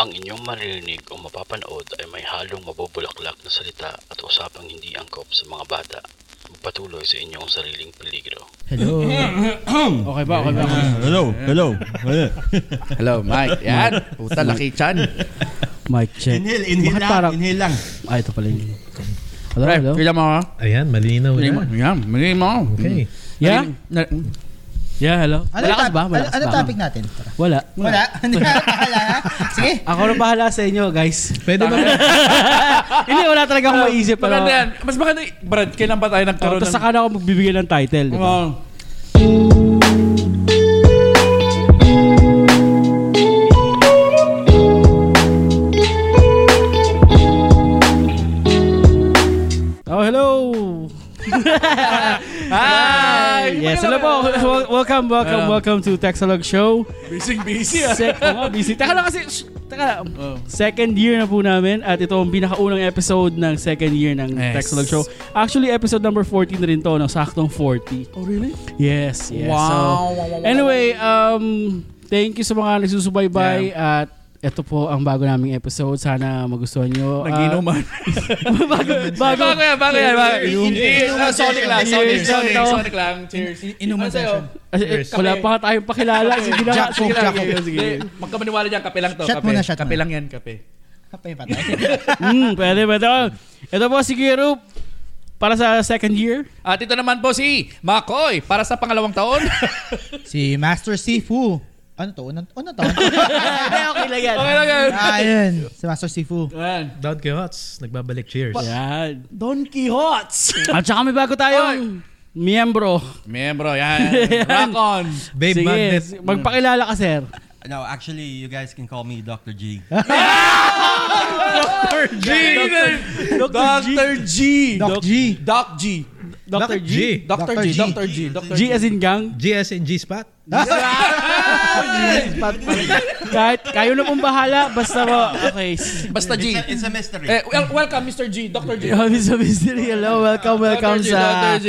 Ang inyong maririnig o mapapanood ay may halong mabubulaklak na salita at usapang hindi angkop sa mga bata. Magpatuloy sa inyong sariling peligro. Hello. okay ba? Okay ba? Hello, hello. Hello, Mike. Yan. Puta, laki chan. Mic check. inhale, inhale Bakit lang, parang- inhale lang. Ah, ito pala yun. Hello, Pre, hello. pila mo ha? Ayan, malinaw Pila mo. Ano, na. Yan, pila mo. Hmm. Okay. Yeah? Na- Yeah, hello. Wala Ano ba? yung top- Wala ano, ano ba? topic natin? Tara. Wala. Wala. Hindi ka nakakala, ha? Sige. Ako na bahala sa inyo, guys. Pwede ba? Hindi, wala talaga akong maisip. Pero, Ah, Maganda yan. Mas maganda. y- Brad, kailan ba tayo Oh, nagkaroon Tapos saka na ako magbibigay ng title. di ba? Oo. Oh, hello. Hi! Yes, hello po. Wel- Welcome, welcome, Hello. welcome to Texalog Show. Busy, busy ah. Sec- oh, busy. Taka lang kasi. shh, Taka lang. Oh. Second year na po namin at ito ang pinakaunang episode ng second year ng Yes. Texalog Show. Actually, episode number 14 na rin to, no? saktong 40. Oh, really? Yes, yes. Wow. So, anyway, um, thank you sa mga nagsusubaybay at ito po ang bago naming episode. Sana magustuhan nyo. Nag-inuman. Ah, bago, bago. Bago yan, bago yan. bago. Hindi, Inuman ah, Sonic lang, Sonic, Cheers. Sonic, Ito. Sonic lang. Cheers. inuman Ano sa'yo? session. As in, wala pa nga tayong pakilala. Sige na. Jack sige Coke, lang, Jack sige, Coke. sige. Hindi, magkamaniwala dyan, kape lang to. Shot kape. muna, shot kape muna. lang yan, kape. Kapay patay. Mm, pwede, pwede. Oh, Ito po si Giro. Para sa second year. At ito naman po si Makoy para sa pangalawang taon. si Master Sifu. Ano to? Unang, unang taon? okay lang yan. okay lang yan. Ayun. Si Master Sifu. Ayan. Don Quixotes, nagbabalik cheers. Yan. Don Quixotes. At saka may bago tayong miyembro. Membro, yan. Rock on. Babe Sige, Magnet. magpakilala ka, sir. No, actually, you guys can call me Dr. G. G. Dr. G. Doc G. Doc G. Dr. G. Dr. G. G. G. Dr. G. Dr. G as in gang. G as in G-Spot. Kahit kayo na pong bahala, basta mo. Okay. s- Basta G. It's a mystery. Eh, well, welcome, Mr. G. Dr. G. Yummy sa mystery. Hello, welcome, welcome Dr. G, sa... Dr. G.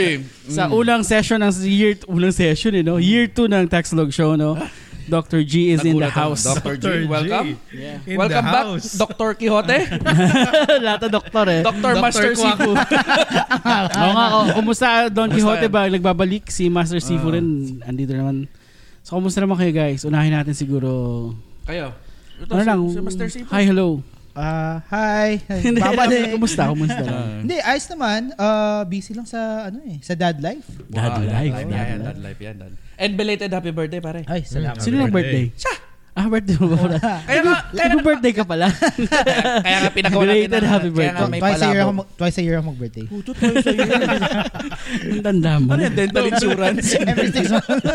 Sa unang session ng year... Unang session, eh, no? Year 2 ng Taxlog Show, no? Dr. G is in the Nagulat ako. house. Dr. G. Dr. G. Welcome. In welcome the back, house. Dr. Quixote. Lata doktor, eh. Dr. Master Kwak. Sifu. Oo nga, oh, kumusta Don Quixote ba? Nagbabalik si Master Sifu rin. Andito naman. So, kumusta naman kayo guys? Unahin natin siguro... Kayo. Ito, Ano si- lang? Si Master Sifu. Hi, hello. Ah, hi. Hindi, ano, Babalik. kumusta? Kumusta? lang? Hindi, ayos naman. Ah, busy lang sa, ano eh, sa dad life. Dad life. Yan, dad yan, life. dad life. Yan, dad. And belated happy birthday, pare. Ay, salamat. Sino ng birthday? Siya! Ah, birthday mo ba pala? Kaya nga, kaya Happy birthday ka pala. Kaya nga pinagawa natin. Belated ang- ano, happy kaya nga birthday. may Twice a year ako palabo. mag- twice a year ako mag-birthday. Ang tanda mo. Ano yan? Dental insurance. Every six months.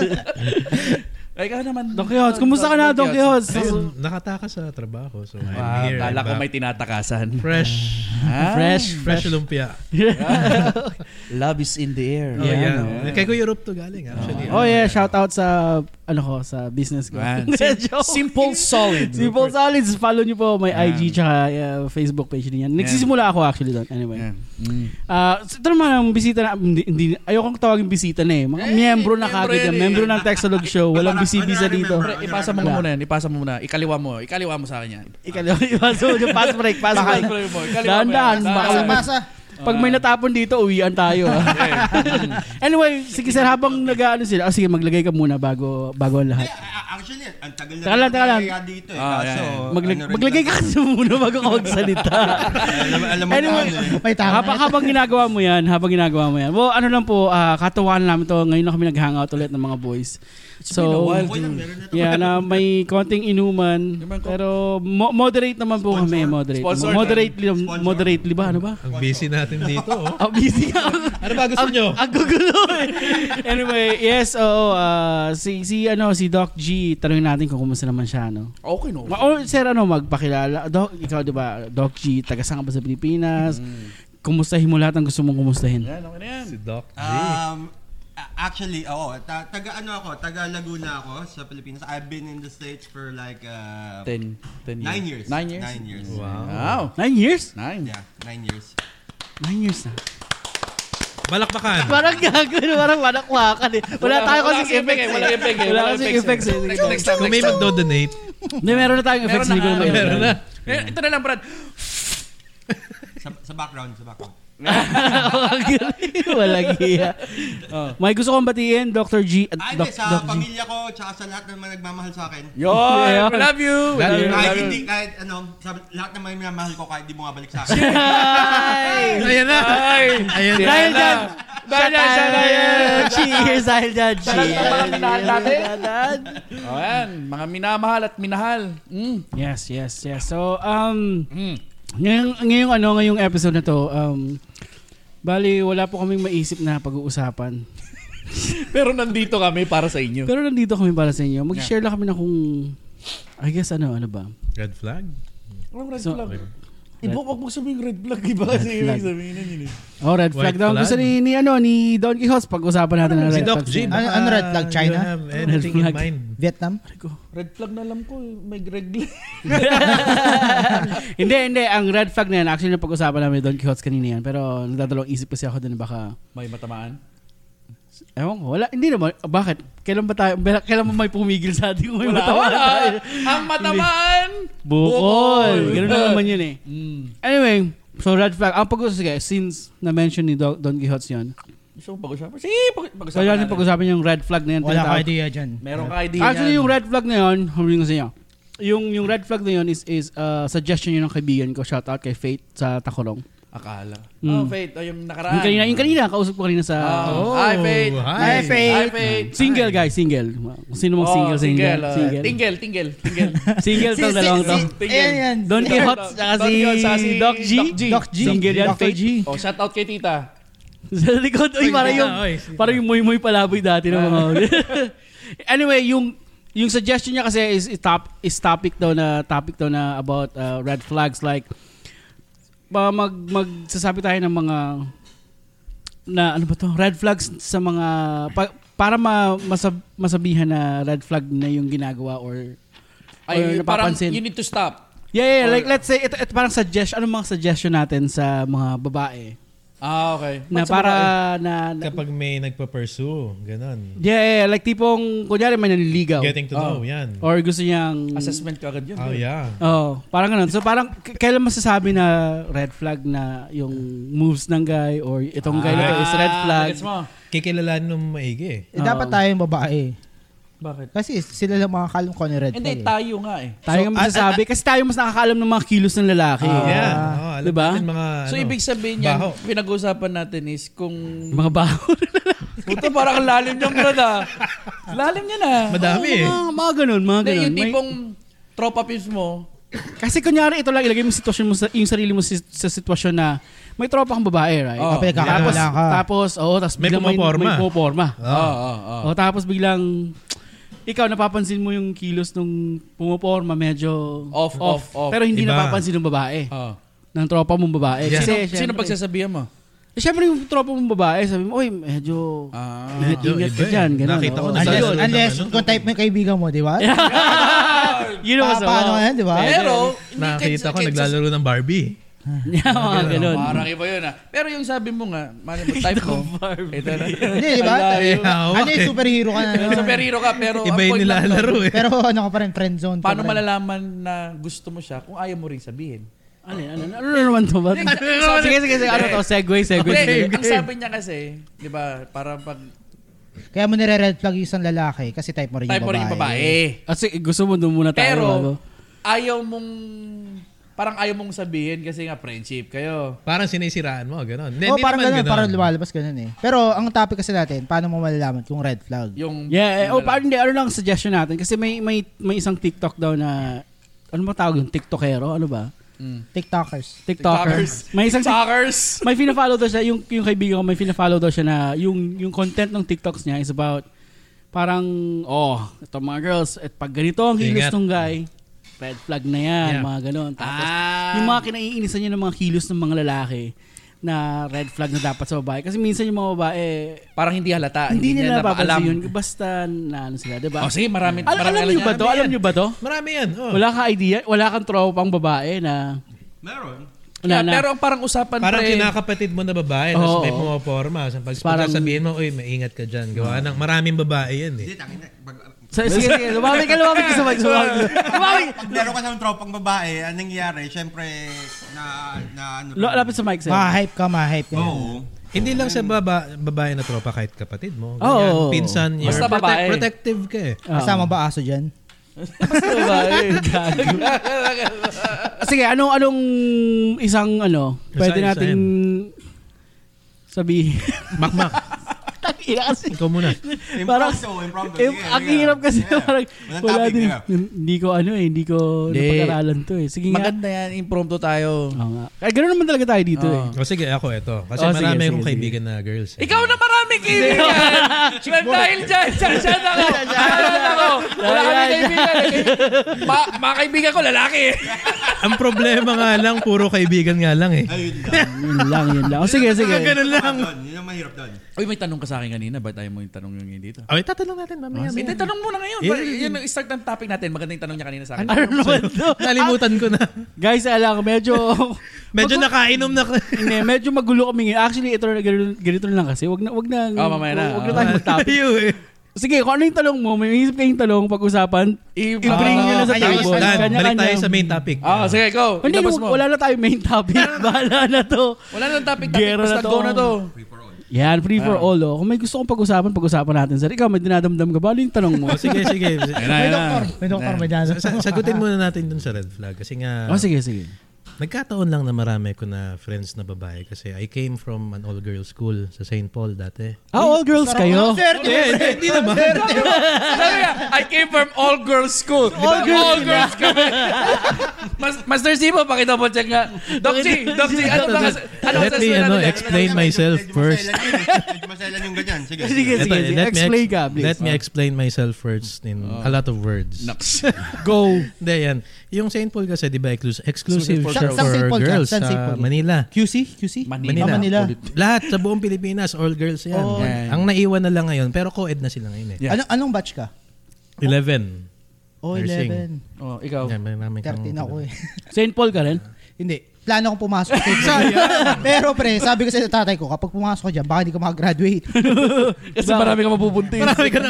Ay, ka naman. Don Quixote, kumusta ka na, Don Quixote? Ayun, nakataka sa trabaho. So, I'm Wow, here. Ah, kala I'm ko back. may tinatakasan. Fresh. Fresh. Fresh lumpia. Love is in the air. Oh, Yeah, yeah. no. Kay Kuya Rup to galing, actually. Oh yeah, shout out sa ano ko sa business ko. uh, Man, Joke. Simple solid. Simple Solids, follow nyo po my Yan. IG tsaka uh, Facebook page niyan. Nagsisimula ako actually doon. Anyway. Yan. Ah, so, ito naman ang bisita na, hindi, hindi, ayokong tawagin bisita na eh. Mga miyembro na miyembro kagad yan yan. eh. Miyembro ng Texalog Show. Walang bisibisa dito. Pre, ipasa mo muna yan. Ipasa mo muna. Ikaliwa mo. Ikaliwa mo sa akin yan. Ikalaw, iwaso nyo. Fast break, fast break. Ikaliwa mo. Ikaliwa mo. Dahan-dahan. Sa baka- masa. Pag may natapon dito, uwian tayo. ah. anyway, sige sir, habang nag-ano sila, oh, sige, maglagay ka muna bago, bago ang lahat. Actually, ang tagal na Teka lang, rin teka lang. kaya dito eh. Ah, Kaso, yeah, yeah. Maglag- ano rin maglagay ka kasi muna bago ka magsalita. lang. Alam, alam mo Anyway. na ano eh. May tama. habang, habang ginagawa mo yan, habang ginagawa mo yan. Well, ano lang po, ah, katawan namin to. Ngayon lang kami nag-hangout ulit ng mga boys. so, Okay lang, meron na to. yeah, na may konting inuman. Inuman ko. Pero mo- moderate naman po kami. Moderate. Sponsor. Moderately, moderately ba? Ano ba? Ang busy natin dito. Oh. Ah, busy ako. Ano ba gusto nyo? Ang gugulo eh. Anyway, yes, oo. ah, si, si, ano, si Doc G, tanongin natin kung kumusta naman siya, no? Okay no. Ma- O, sir, ano, magpakilala. Doc, ikaw, di ba, Doc G, taga saan ka ba sa Pilipinas? Mm-hmm. Kumustahin mo lahat ang gusto mong kumustahin. Yan, okay na yan. Si Doc G. Um, a- actually, oo. ta- taga ano ako, taga Laguna ako sa Pilipinas. I've been in the States for like uh, Ten. Ten nine years. Nine years. Nine years. Wow. Wow. Nine years? Nine. Yeah, nine years. Nine years na. Balakbakan. Parang gago, no? parang manakwakan eh. Wala tayo wala kasing kasing effects. eh. effect eh, walang effect eh, Wala walang kasing effects effects eh. eh. Next, next time, Kung may next time. magdo-donate, Hindi, meron na tayong effects. Hindi ko na Meron meron na. Eh, Ito na lang, Brad. Sa, sa background, sa background. Wala giya. Oh. May gusto kong batiin, Dr. G. at Ay, Doc, hindi, sa Doc G. pamilya ko, tsaka sa lahat ng mga nagmamahal sa akin. Yon, we love you. We love you. we Kahit love hindi, you. kahit ano, sa, lahat ng mga minamahal ko, kahit di mo nga balik sa akin. Ay! Ayan na. Ay! Ayan na. Dahil dyan, Dahil dyan, siya na yan. Cheers, dahil dyan. Cheers. Salamat sa mga natin. Dad. O yan, Oh, mga minamahal at minahal. Mm. Yes, yes, yes. So, um, Mm. ngayong, ngayong ano, ngayong episode na to, um, bali, wala po kaming maisip na pag-uusapan. Pero nandito kami para sa inyo. Pero nandito kami para sa inyo. Mag-share lang kami na kung, I guess, ano, ano ba? Red flag. Walang red So- flag. Iba eh, wag mo sabihin red flag. Iba flag. kasi ibig sabihin nun yun eh. Oh, red flag White daw. flag. Gusto ni, ni, ano, ni Don Quixote, pag-usapan natin ng Si red Doc flags. G. Ay, ah. Ano- ano red flag, baka China? You have anything Red in flag. mind. Vietnam? ko. Red flag na alam ko. eh. May red flag. hindi, hindi. Ang red flag na yan, actually, napag-usapan namin ni Don Quixote kanina yan. Pero, nagdadalawang isip kasi ako din baka, May matamaan. ewan ko, wala. Hindi naman. Bakit? Kailan ba tayo, kailan ba may pumigil sa atin kung may matamaan tayo? Ang matamaan. Bukol. Ganun na naman yun eh. Mm. Anyway, so red flag. Ang pag-usapan, since na-mention ni Don, Don Quixote yun, Gusto mo pag-usapan? Sige, pag- so pag-usapan yun natin. yung pag-usapan yung red flag na yan. Wala ko tinatawag- idea dyan. Meron ka idea Actually, yan. yung red flag na yun, humiling ko sa inyo. Yung, yung red flag na yun is, is uh, suggestion yun ng kaibigan ko. Shout out kay Faith sa Takorong. Akala. Mm. Oh, Faith. Oh, yung nakaraan. Yung kanina, yung kanina, kausap ko kanina sa... Oh, Hi, Faith. Hi. Hi, Faith. Hi, Faith. Single guys, single. Kung sino mong Oh, single, single. oh. Single. Tingle, tingle, tingle. Single Si- to, si- dalawang to. si- Tingin. Ayan yan. Don Quixote, saka Don si, Quixote, saka si Doc G. Doc G. Doc G. Single yan, Dr. Faith. G. Oh, shout out kay Tita. Sa likod, uy, para yung, Ah, oy. para yung muy-muy palaboy dati ng Ah. mga... anyway, yung, yung suggestion niya kasi is, is, top, is topic daw na, topic daw na about uh, red flags like, pa mag, magsasabi tayo ng mga, na ano ba to, red flags sa mga, pa- para ma, masab, masabihan na red flag na yung ginagawa or, Ay, or parang napapansin. you need to stop. yeah, yeah, or- like let's say, ito, ito parang suggestion, anong mga suggestion natin sa mga babae? Ah, okay. Na Ba't sa para babae? na, na Kapag may nagpa-pursue, ganun. Yeah, yeah, like tipong, kunyari may naniligaw. Getting to know, yan. Or gusto niyang... Assessment ka agad yun. Oh, yeah. Oh, parang ganun. So parang, k- kailan masasabi na red flag na yung moves ng guy or itong guy na to is Ah, red flag? Gets mo? Kikilalanin mo maigi. Eh, Oo. dapat tayong babae. Bakit? Kasi sila lang makakalam ko ni red flag. Hindi, eh. tayo nga eh. Tayo ah, nga masasabi kasi tayo mas nakakaalam ng mga kilos ng lalaki. yeah. Oh, alam Ah. diba? natin mga, So, ano, ibig sabihin niyan, baho. pinag-uusapan natin is kung... Mga baho na lalaki. Puta, parang ang lalim niyang brad ah. Lalim niya na. Madami eh. Mga, mga ganun, mga Hindi, ganun. yung May- tipong tropa pins mo, kasi kunyari ito lang, ilagay mo yung, sitwasyon mo sa, yung sarili mo si- sa sitwasyon na may tropa kang babae, right? Oh, Tapos, Kapag kakakilala ka. tapos, oo, tapos May biglang may, pumaporma. may pumaporma. oo, oo, oo. O tapos biglang ikaw napapansin mo yung kilos nung pumoporma medyo Off, off, off. Pero hindi Iba. napapansin ng babae. Oo. Ng tropa mong babae. Yeah. Kasi ah. Sino syempre, pagsasabihan mo? eh, syempre yung tropa mong babae, sabi mo, oy, medyo Ah. ingat-ingat Medyo ka iba eh. dyan. Ganun, Nakita ko oo. na ano. sa- Unless, Ayun. unless kung type mo yung kaibigan mo, di ba? Yun ang Pa, masama. paano yan, di ba? Pero, hindi Nakakita kahit- ko kahit sa- naglalaro ng Barbie. Yeah, mga ganun. Parang iba yun ah. Pero yung sabi mo nga, mali mo, type mo. Ito na. Hindi, di ba? Malayo. Ano yung superhero ka na? Superhero ka, pero ang Iba yung point lang doon, nilalaro eh. Pero ano ka pa rin, friend zone. ka Paano pa rin. malalaman na gusto mo siya kung ayaw mo rin sabihin? Ano, ano, ano, ano naman to ba? Sige, sige, sige, ano to, segue, segue. Hindi, segue. ang sabi niya kasi, di ba, para pag Kaya mo nire-red flag yung isang lalaki kasi type mo rin yung type babae. mo rin yung babae. At Ah, sige, gusto mo doon muna tayo. bago. Pero, ayaw mong, parang ayaw mong sabihin kasi nga friendship kayo. Parang sinisiraan mo, ganun. Hindi, Oh, hindi parang naman ganun, ganun. parang lumalabas ganun eh. Pero ang topic kasi natin, paano mo malalaman kung red flag? Yung, Yeah, eh, oh, yung parang hindi, ano lang ang suggestion natin? Kasi may, may, may isang TikTok daw na, ano ba tawag yung TikTokero? Ano ba? Mm. TikTokers. TikTokers. May isang TikTokers! may fina-follow daw siya, yung, yung kaibigan ko, may fina-follow daw siya na yung, yung content ng TikToks niya is about parang, oh, ito mga girls, at pag ganito ang kilos Ingat. ng guy, red flag na yan, Yeah. mga ganon. Tapos, Ah, yung mga kinaiinisan niya ng mga kilos ng mga lalaki na red flag na dapat sa babae. Kasi minsan yung mga babae, parang Ah, hindi halata. hindi nila napapansin maalam. yun. Basta na ano sila, diba? Oh, sige, marami. Al- marami alam niyo ba yan. to? Alam niyo ba to? Marami yan. Oh. Wala ka idea? Wala kang tropang babae na Meron. Wala Yeah, na. Pero ang parang usapan Parang pre, kinakapatid mo na babae, tapos Oo, may eh. oo. pumaporma. Sa pag Parang- Ah. sabihin mo, uy, maingat ka dyan. Gawa ng maraming babae yan eh. Hindi, tangin na. Pag, Sa- sige, sige. Lumamig ka, lumamig ka sa mic. Lumamig ka. Lumamig. pag meron ka ng tropang babae, anong nangyayari? Siyempre, na, na ano. Lu- Lapit sa mic, sir. Ma-hype ka, ma-hype ka. Oo. Hindi lang sa baba, babae na tropa, kahit kapatid mo. Oo, Ganyan, oo, oo. pinsan, you're Basta protect- babae. protective ka eh. Oo. Kasama ba aso dyan? Ano ba? Eh, gago. Sige, anong anong isang ano, pwede Isa- isa nating sabihin. Makmak, Tangina kasi. ikaw muna. Impromptu, impromptu. Im- Sige, ang sige. hirap kasi Yeah. parang Walang wala topic, din. yeah. Hindi ko ano eh, hindi ko Hindi. napag-aralan to eh. Sige nga. maganda yan, impromptu tayo. Oo nga. Ay, ganoon naman talaga tayo dito Oo. eh. O sige, ako ito. Kasi Oh, sige, marami sige, akong sige. kaibigan na girls. Eh. Ikaw na maraming kaibigan! Well, dahil dyan, dyan, dyan ako. Dyan ako. Wala kami kaibigan. eh. Ma, mga kaibigan ko, lalaki. Ang problema nga lang, puro kaibigan nga lang eh. Ayun lang. Yun lang, yun lang. O, sige, sige. Ganun lang. Ang doon, Yun ang mahirap doon. Uy, may tanong ka sa akin kanina. Ba't tayo mo yung tanong yung dito? Okay, tatanong natin Ito, mamaya. mamaya. tanong muna ngayon. Eh, Par- yun ang start ng topic natin. Magandang tanong niya kanina sa akin. Ano naman to? Nalimutan ko na. Guys, alam ko, medyo... Medyo Magu- nakainom na. Hindi, medyo magulo kami ngayon. Actually, ito na ganito, ganito na lang kasi. Wag na, wag na, Oh, mamaya na. Wag na tayo mag-topic. Ayaw eh. Sige, kung ano yung tanong mo, may isip kayong tanong pag-usapan, i- bring nyo na sa table. ayos, ayos. Dan, Kanya-kanya. balik tayo sa main topic. Ah, sige, go. Hindi, Ilabas mo. wala na tayo main topic. Bahala na to. Wala nang topic. topic Gera basta na to. go na to. Yan, free Ah. for all. Oh. Kung may gusto kong pag-usapan, pag-usapan natin. Sir, ikaw, may dinadamdam ka ba? Ano yung tanong mo? O, Oh, sige, sige. May doktor. May doktor, may dyan. Sa- sa- Sagutin muna natin dun sa red flag. Kasi nga, oh, sige, sige. Nagkataon lang na marami ko na friends na babae kasi I came from an all-girls school sa St. Paul dati. ano, Ah, all girls kayo? Eh, Hindi naman. Sabi nga, I came from all girls school. Di ba? ah. All girls, kami. Mas, Master Sibo, pakita mo check nga. Doc G, Doc G, ano ba? kasi- Ano Let me, ano, eh, natin? Explain myself Medyo first. masailan yun eh. Medyo masailan yung ganyan. Sige. Sige, Eto, sige. let me Explain ex- ka, please. Let me explain myself first in a lot of words. Go. Hindi, yan. Yung St. Paul kasi, di ba, exclus- exclusive for siya girls. Saan for St. Paul dyan? girls Saan St. sa Paul? Manila. QC? QC? Manila. Ah, Manila. Lahat, sa buong Pilipinas, all girls yan. Oh. Yeah. Ang naiwan na lang ngayon, pero co-ed na sila ngayon eh. Yeah. Anong, anong batch ka? 11. Oh, 11. Nursing. Oh, ikaw. Yan, marami kang- 13 ako eh. St. Paul ka rin? Hindi. Plano kong pumasok sa Sayang. Pero pre, sabi ko sa tatay ko, kapag pumasok ko dyan, baka hindi ka makagraduate. Kasi marami ka mapubuntis. Marami ka na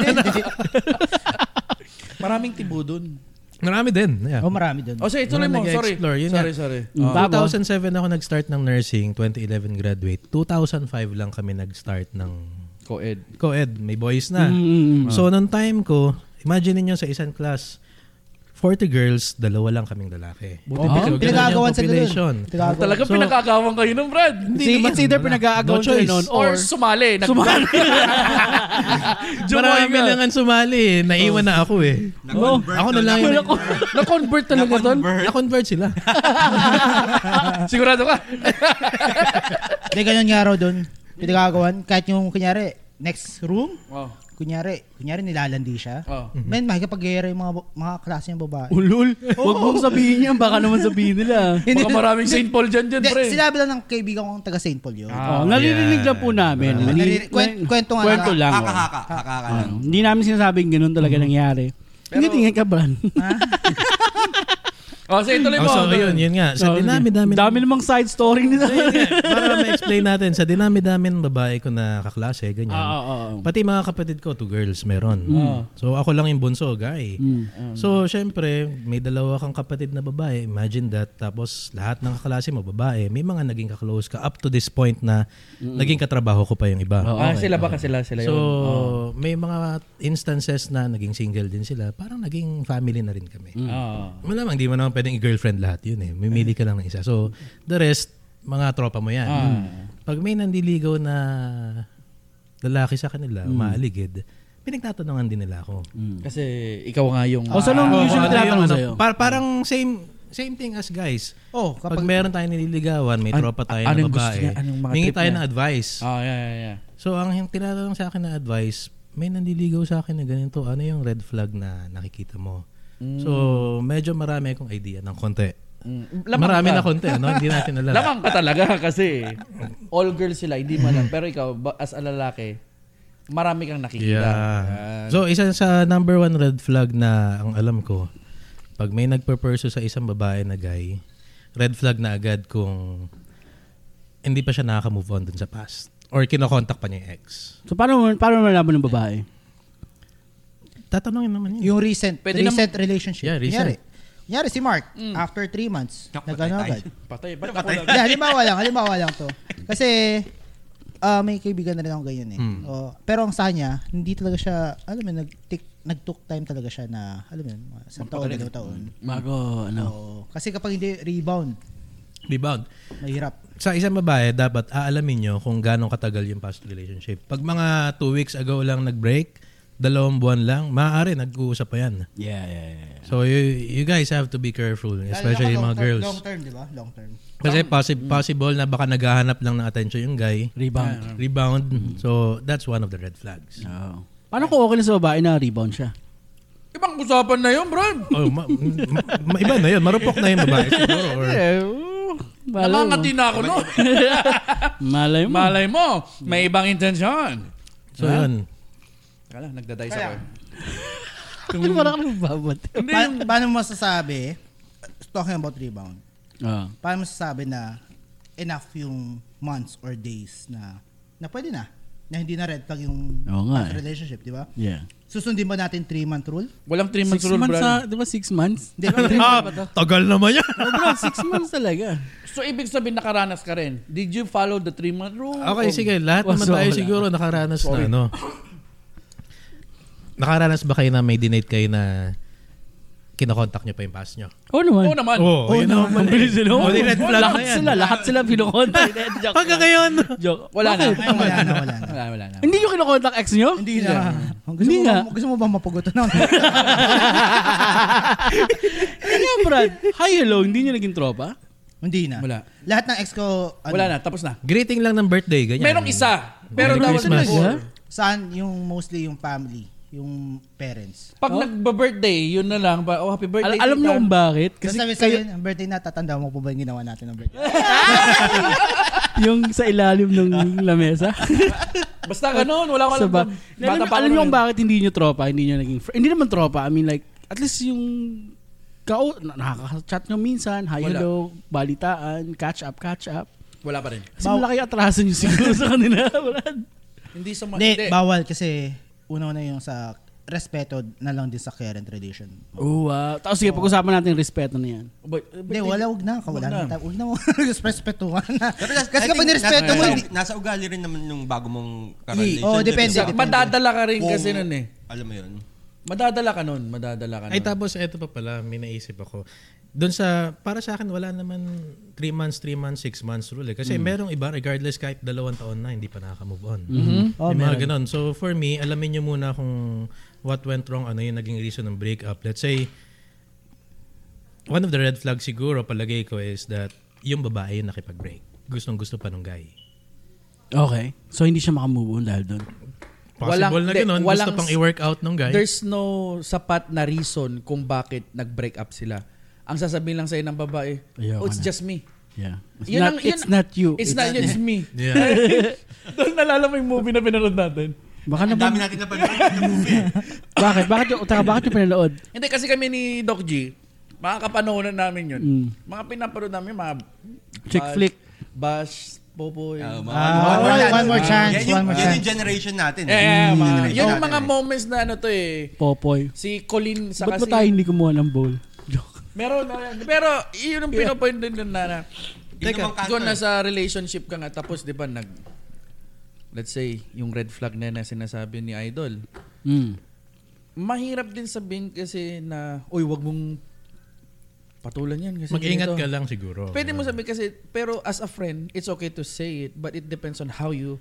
Maraming tibo dun. Marami din. Yeah. oh, marami dun. O sige, tuloy Wala mo. Sorry. nag-explore, yun sorry, nga. sorry. Mm. Oh. Tapos? 2007 ako nag-start ng nursing, 2011 graduate. 2005 lang kami nag-start ng Co-ed. co-ed, may boys na. Mm-hmm. Mm, mm, So, nung time ko, imagine niyo sa isang class, 40 girls, dalawa lang kaming lalaki. Buti pa. So, ganun Pinagagawan yung sa population. ganun. Pinagagawan. Talagang So- pinakakawang kayo ng Brad. Hindi See, naman, it's either wala. pinag-aagawan No kayo choice. nun Or, or... sumali. Nag- Sumali. Marami Join ka. lang ang sumali eh. Naiwan Oh. na ako eh. Oh, Nag-convert Ako na lang yun. nag-convert. Na-convert talaga doon. Na-convert sila. Sigurado ka? Hindi, ganun nga raw dun. Pinagagawan. Kahit yung, kunyari, next room, Oh. kunyari, kunyari nilalandi siya. Oh. Mhm. Men, makikipag-gera yung mga, bu- mga klase ng babae. Ulul. Huwag mong sabihin yan. Baka naman sabihin nila. Baka maraming St. Paul dyan dyan, Hindi, pre. sinabi lang ng kaibigan kong taga St. Paul yun. Oh, naririnig lang po namin. Yeah. Mali- Naririnig- kwen- kwento nga Kwento lang. lang. oh. Haka-haka. Haka-haka lang. Ano, Hindi namin sinasabing ganun talaga nangyari. Hindi tingin ka, Bran. Oh, sige, tuloy mo. Oh, so, yun, yun nga. Sa Oh, dinami-dami. Dami namang side story nila. para ma-explain natin, sa dinami-dami ng babae ko na kaklase, ganyan. Ah, Oo, oo, oo. Pati mga kapatid ko, two girls meron. Mm. So ako lang yung bunso, guy. So syempre, may dalawa kang kapatid na babae. Imagine that. Tapos lahat ng kaklase mo, babae. May mga naging kaklose ka up to this point na naging katrabaho ko pa yung iba. Ah, sila ba kasi sila sila Ah. So, may mga instances na naging single din sila. Parang naging family na rin kami. Ah. Malamang, di mo naman pwedeng i-girlfriend lahat yun eh. Mimili ka lang ng isa. So, the rest, mga tropa mo yan. Ah. Pag may nandiligaw na lalaki sa kanila, Hmm. umaaligid, pinagtatanungan din nila ako. Kasi ikaw nga yung... Ah, Oh, O, so nung ano usually tinatanong sa'yo? Par- parang same same thing as guys. Oh, kapag meron tayong nililigawan, may An- tropa tayo ano na yung gusto babae. niya? Anong mga Hingi trip tayo niya? ng advice. Ah, yeah, yeah, yeah. So ang hin- tinatanong sa akin na advice, may nandiligaw sa akin na ganito, ano yung red flag na nakikita mo? Hmm. So medyo marami akong idea ng konti. Lamang marami Mm. ka. na konti, ano? Hindi natin alam. Lamang ka talaga kasi all girls sila, hindi man lang. Pero ikaw, ba- as a lalaki, marami kang nakikita. Yeah. So isa sa number one red flag na ang alam ko, pag may nagperperso sa isang babae na guy, red flag na agad kung hindi pa siya nakaka-move on dun sa past. Or kinokontak pa niya yung ex. So paano mo paano mo nalaman ng babae? Tatanungin naman yun. Yung recent, Pwede recent relationship. Yeah, recent. Kunyari, kunyari si Mark, after three months, Naku, nag-ano patay tayo. agad. Patay, ba't ako lang? yeah, halimbawa lang, halimbawa lang to. Kasi, ah may kaibigan na rin ako ganyan eh. Hmm. Oo. pero ang sa niya, hindi talaga siya, alam mo, nag nag-took time talaga siya na, alam mo, yun, mga isang taon, dalawang taon. Bago ano? Oo. kasi kapag hindi rebound, Rebound. mahirap. Sa isang babae, dapat aalamin nyo kung gano'ng katagal yung past relationship. Pag mga two weeks ago lang nag-break, dalawang buwan lang, maaari nag-uusap pa yan. Yeah, yeah, yeah. So you, you guys have to be careful, especially Lalo na mga kapag long term- girls. Long term, di ba? Long term. Kasi possi- possible na baka naghahanap lang ng attention yung guy. Rebound. Rebound. So that's one of the red flags. Oo. Paano kung okay na sa babae na rebound siya? Ibang usapan na yun, Brad. Oh, ma- ma- ma- iba na yun. Marupok na yung babae siguro. Or, Eh, oo. malay mo. Namangati na ako no. Malay mo. Malay mo, may ibang intensyon. so yun. Kala, nagdadice ako. eh. Ano parang ka nagbabot? Hindi, yung- Pa- paano mo masasabi, talking about rebound, Ah. paano masasabi na enough yung months or days na na pwede na na hindi na red flag yung Oo nga eh. relationship, di ba? Yeah. Susundin ba natin 3-month rule? walang 3 Six months rule, months Brad. na, di ba six months? Hindi, three Ah, months ba to? tagal naman yan. Oh, bro, six months talaga. So, ibig sabihin nakaranas ka rin. Did you follow the 3 month rule? Oh. Okay, sige. Lahat Wala, naman tayo wala. siguro nakaranas na ano. Nakaranas ba kayo na may dinate kayo na kinokontak nyo pa yung past nyo? Oo naman. Oo naman. Oo, yun ang mali. Oh, di red flag lahat na yan. sila, lahat sila pinokonta. Joke Hanggang lang. ngayon. Joke. Wala na. Bakit? Ay, wala na, wala na. Wala, wala na. Hindi nyo kinokontak ex nyo? Hindi na. Gusto, Hindi mo, nga. ba- gusto mo ba mapagutan na? Hindi nga, Brad. Hi, hello. Hindi nyo naging tropa? hindi na. Wala. Lahat ng ex ko, ano, Wala na, tapos na. Greeting lang ng birthday, ganyan. Merong isa. Pero Merry that was Christmas. before. saan yung mostly yung family, yung parents. Pag nagba-birthday, yun na lang. Ba, oh, happy birthday. Al- alam nyo tita. kung bakit? Kasi Kasi sabi sabi, ang birthday na, tatanda mo po ba yung ginawa natin ng birthday? yung sa ilalim ng lamesa. Basta ganun, wala ko sa alam. ba- Bata alam, pa ako eh. alam nyo nun. kung bakit hindi nyo tropa, hindi nyo naging friend. Hindi naman tropa. I mean like, at least yung kao, na- nakaka-chat nyo minsan, hi, Wala. hello, balitaan, catch up, catch up. Wala pa rin. Kasi malaki atrasan nyo siguro sa kanila, Brad. Hindi sa ma- Hindi, bawal kasi una-una yung sa respeto na lang din sa current relation. Oo, ah. Tapos sige, pag-usapan natin yung respeto na yan. But- but- Hindi, wala, huwag na. Wala Wag na. na. tayo. Huwag na mo. Respetuhan na. Kasi Kasi kapag nirespeto mo, hindi. nasa ugali rin naman nung bago mong Ye- ka-relationship. oh, depende. Sa- Madadala ka rin Kung- kasi nun eh. Alam mo yun? Madadala ka nun, madadala ka nun. Ay tapos eto pa pala, may naisip ako. Doon sa, para sa akin, wala naman 3 months, 3 months, 6 months rule. Eh. Kasi Hmm. merong iba, regardless kahit dalawang taon na, hindi pa nakaka-move on. Mm-hmm. Oh, May mga ganun. So for me, alamin nyo muna kung what went wrong, ano yung naging reason ng breakup. Let's say, one of the red flags siguro, palagay ko is that yung babae yung nakipag-break. Gustong gusto pa nung guy. Okay. So hindi siya makamove on dahil doon. Possible Walang- na hindi, ganun. walang- gusto pang i-work out nung guy. There's no sapat na reason kung bakit nag-break up sila. Ang sasabihin lang sa'yo ng babae, Ayoko oh, it's na." just me. Yeah. It's, Yun not, ang- yun- it's not you. It's, not, you, it's me. Yeah. Doon nalala mo yung movie na pinanood natin. Baka na Ang dami natin na pag-movie. bakit? Bakit yung, taka, bakit yung pinanood? Hindi kasi kami ni Doc G, mga kapanahonan namin yun. Mm. Mga pinapanood namin, mga... Chick Bash- flick. Bash, Popoy. Ah, one, one more chance. Yan yung, One more yan chance. yung generation natin. eh, eh, Yung mga, generation yun ang natin mga eh. moments na ano to eh. Popoy. Si Colin sa Ba't ba tayo hindi kumuha ng bowl? Joke. Meron, meron. Pero, yun ang pinopoint din nun na, na Yun Teka, namang kanto ikaw eh. nasa relationship ka nga, tapos di ba nag, let's say, yung red flag na, na sinasabi ni Idol, Mm. mahirap din sabihin kasi na, uy, wag mong patulan yan. Kasi Mag-ingat ganito." ka lang siguro. Pwede mo sabihin kasi, pero as a friend, it's okay to say it, but it depends on how you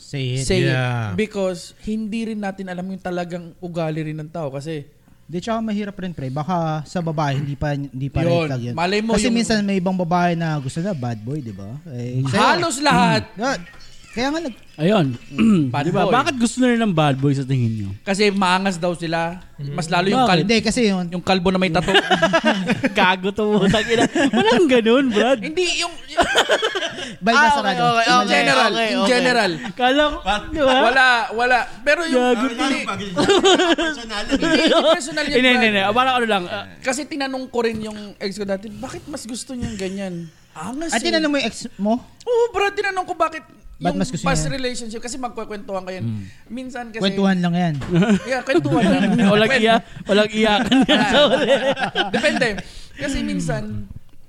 Say say Yeah. it. Because hindi rin natin alam yung talagang ugali rin ng tao. Kasi, Di, tsaka mahirap rin, pre. Baka sa babae, hindi pa, hindi pa Yun. red flag yun. Malay mo Kasi yung- Hmm. minsan may ibang babae na gusto na bad boy, di ba? Eh, sa'yo. halos lahat, Ah, Kaya nga nag... Ayun. Mm. Bad Di ba? boy. Bakit gusto na rin ng bad boy sa tingin nyo? Kasi maangas daw sila. Mas lalo yung kalbo. Hindi, kasi yun. Yung kalbo na may tato. Gago to mo. Tangina. Walang ganun, Brad. Hindi, yung... By Ah, okay, Basarado. okay, In okay, general. okay, In okay. general. Kala ko, di ba? Wala, wala. Pero yung... Diba? Gago. Good Hindi, Ah, Personality. hindi, personal yun. Hindi, hindi, Brad. hindi. Parang ano lang. ah, Kasi tinanong ko rin yung ex ko dati, bakit mas gusto niya yung ganyan? Angas eh. At Ah, tinanong mo yung ex mo? Oo, bro, tinanong ko bakit Ba't yung mas gusto past niya? relationship. Kasi magkwekwentuhan kayo. Mm. Minsan kasi... Kwentuhan lang yan. Yeah, kwentuhan lang. Walang iya, walang iyakan yan. Sorry. Depende. Kasi minsan,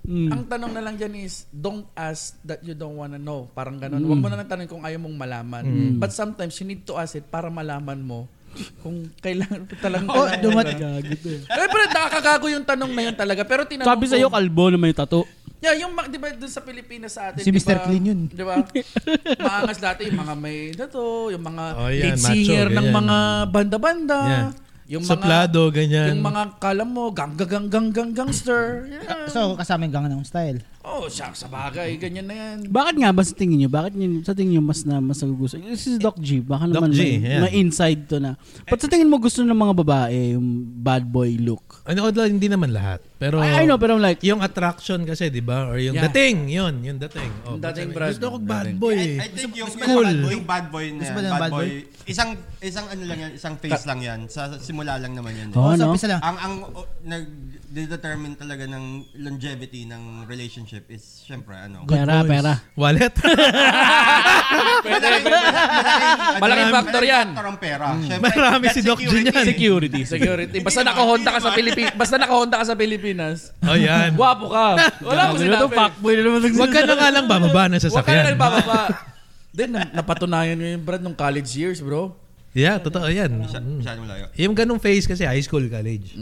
Mm. ang tanong na lang dyan is, don't ask that you don't wanna know. Parang Mm. ganun. Huwag mo na lang tanong kung ayaw mong malaman. But sometimes, you need to ask it para malaman mo kung kailangan talagang Oh, kailangan mo dumat... ba. Eh, pero nakakagago yung tanong na yun talaga. Pero tinanong Sabi ko- sa'yo, kalbo na may tato. Yeah, yung ma- 'di ba dun sa Pilipinas sa atin, Si 'di Mr. ba, Clean yun. 'Di ba? Maangas dati yung mga may dato, yung mga Oh, yan, lead macho, singer ng ganyan. mga banda-banda. Yeah. ah, Yung mga Suplado, ganyan. Yung mga kala mo gangga gang gang gang gangster. Yeah. So, kasama yung Gangnam Style. Oh, siya sa bagay, ganyan na 'yan. Bakit nga ba sa tingin nyo? Bakit nyo, sa tingin nyo mas na mas nagugusto? This is Doc G. Baka Doc naman G, may, yan. may inside to na. Ba't Eh, sa tingin mo gusto ng mga babae yung bad boy look? Ano, although hindi naman lahat. Pero I, I know, pero I'm like, yung attraction kasi, di ba? Or yung Yeah. dating, yun, yung dating. Oh, Yung dating, sabi, Brad. Gusto ko bad boy. eh. I think yung, Cool. yung bad boy, yung bad boy na Gusto yan, ba ng bad, bad boy? boy, isang isang ano lang yan, isang face lang yan. Sa sa simula lang naman yan. Oo, Oh, no? so, umpisa lang. Ang ang o, nag-determine talaga ng longevity ng relationship is syempre ano. pera, pera. Wallet. Malaking, malaking, Malaking factor yan. Factor ang pera. Syempre, Marami si Doc Jun yan. eh. Security. Security. Basta naka-Honda ka sa Pilipinas, basta naka-Honda ka sa Pilipinas. Oh, yan. Guwapo ka. Wala akong Ano to, sinabi. fuckboy na naman. Huwag ka na nga lang bababa ng Huwag ka na sasakyan. nagbababa. Then, na- napatunayan mo yung Brad nung college years, bro. Yeah, totoo yan. Mm. masyadong malayo. Yung ganung phase kasi high school, college.